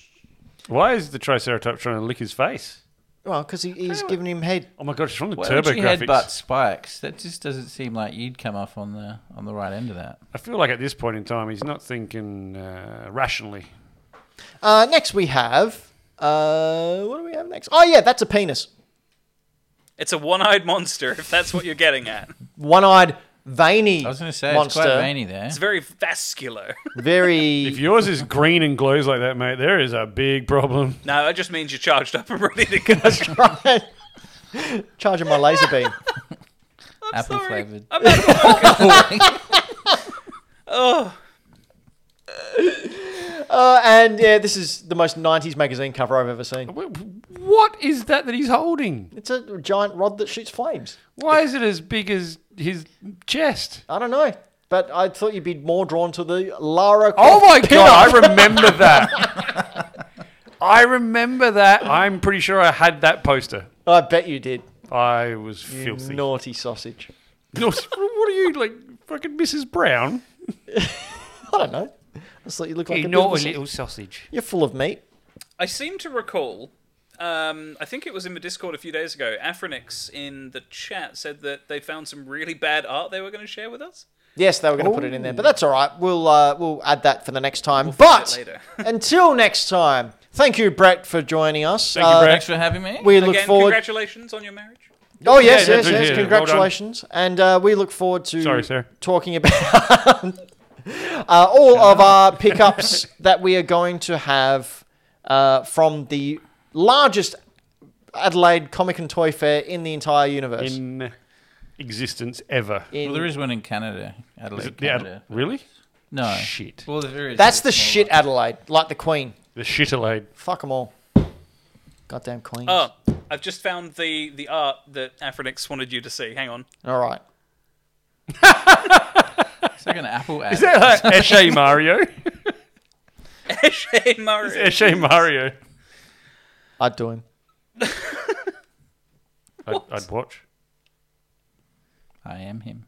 B: Why is the Triceratops trying to lick his face?
A: Well, because he, he's giving him head.
B: Oh my god, it's from the
C: Why would
B: Turbo
C: you headbutt
B: Graphics.
C: spikes? That just doesn't seem like you'd come off on the on the right end of that.
B: I feel like at this point in time, he's not thinking uh, rationally.
A: Uh, next, we have. Uh, what do we have next? Oh, yeah, that's a penis.
D: It's a one-eyed monster, if that's what you're getting at.
A: one-eyed, veiny.
C: I was going to say
A: monster.
C: it's quite veiny there.
D: It's very vascular.
B: If
A: Very.
B: yours is green and glows like that, mate, there is a big problem.
D: No, that just means you're charged up and ready to go.
A: Charging my laser beam.
C: Apple
D: sorry.
C: flavored.
D: I'm out of oh,
A: Uh, and yeah, this is the most '90s magazine cover I've ever seen.
B: Wh- What is that that he's holding?
A: It's a giant rod that shoots flames.
B: Why is it as big as his chest?
A: I don't know, but I thought you'd be more drawn to the Lara.
B: Oh
A: Croft
B: my
A: pin-up.
B: god, I remember that. I remember that. I'm pretty sure I had that poster.
A: I bet you did.
B: I was filthy.
A: Naughty sausage.
B: No, what are you like, fucking Mrs. Brown?
A: I don't know. I thought you looked like a bit of a sausage.
B: sausage.
A: You're full of meat.
D: I seem to recall. Um, I think it was in the Discord a few days ago. Afronix in the chat said that they found some really bad art they were going to share with us.
A: Yes, they were going to put it in there, but that's all right. We'll uh, we'll add that for the next time. but
D: later.
A: until next time, thank you, Brett, for joining us. Uh,
B: Thank you, Brett.
C: Thanks for having me.
A: We look
D: Again,
A: forward.
D: congratulations on your marriage.
A: Oh yes,
B: Yeah,
A: yes,
B: yeah,
A: yes.
B: yeah, yeah.
A: Congratulations, and uh, we look forward to
B: Sorry, sir.
A: talking about uh, all of our pickups that we are going to have uh, from the largest Adelaide Comic and Toy Fair in the entire universe.
B: in existence ever.
A: In-
C: Well, there is one in Canada, Adelaide,
B: Is it the ad-
C: Canada.
B: really?
C: no
B: Shit.
C: Well, there is.
A: That's
C: a
A: the
C: small
A: shit
C: one.
A: Adelaide, like the Queen.
B: The shitterlade.
A: Fuck them all. Goddamn Queen.
D: Oh, I've just found the the art that Aphrodix wanted you to see. Hang on.
A: All right.
C: It's like an Apple ad.
B: Is that like Eshe Mario?
D: Eshe Mario.
B: Eshe Mario.
A: I'd do him.
B: I'd, I'd watch.
C: I am him.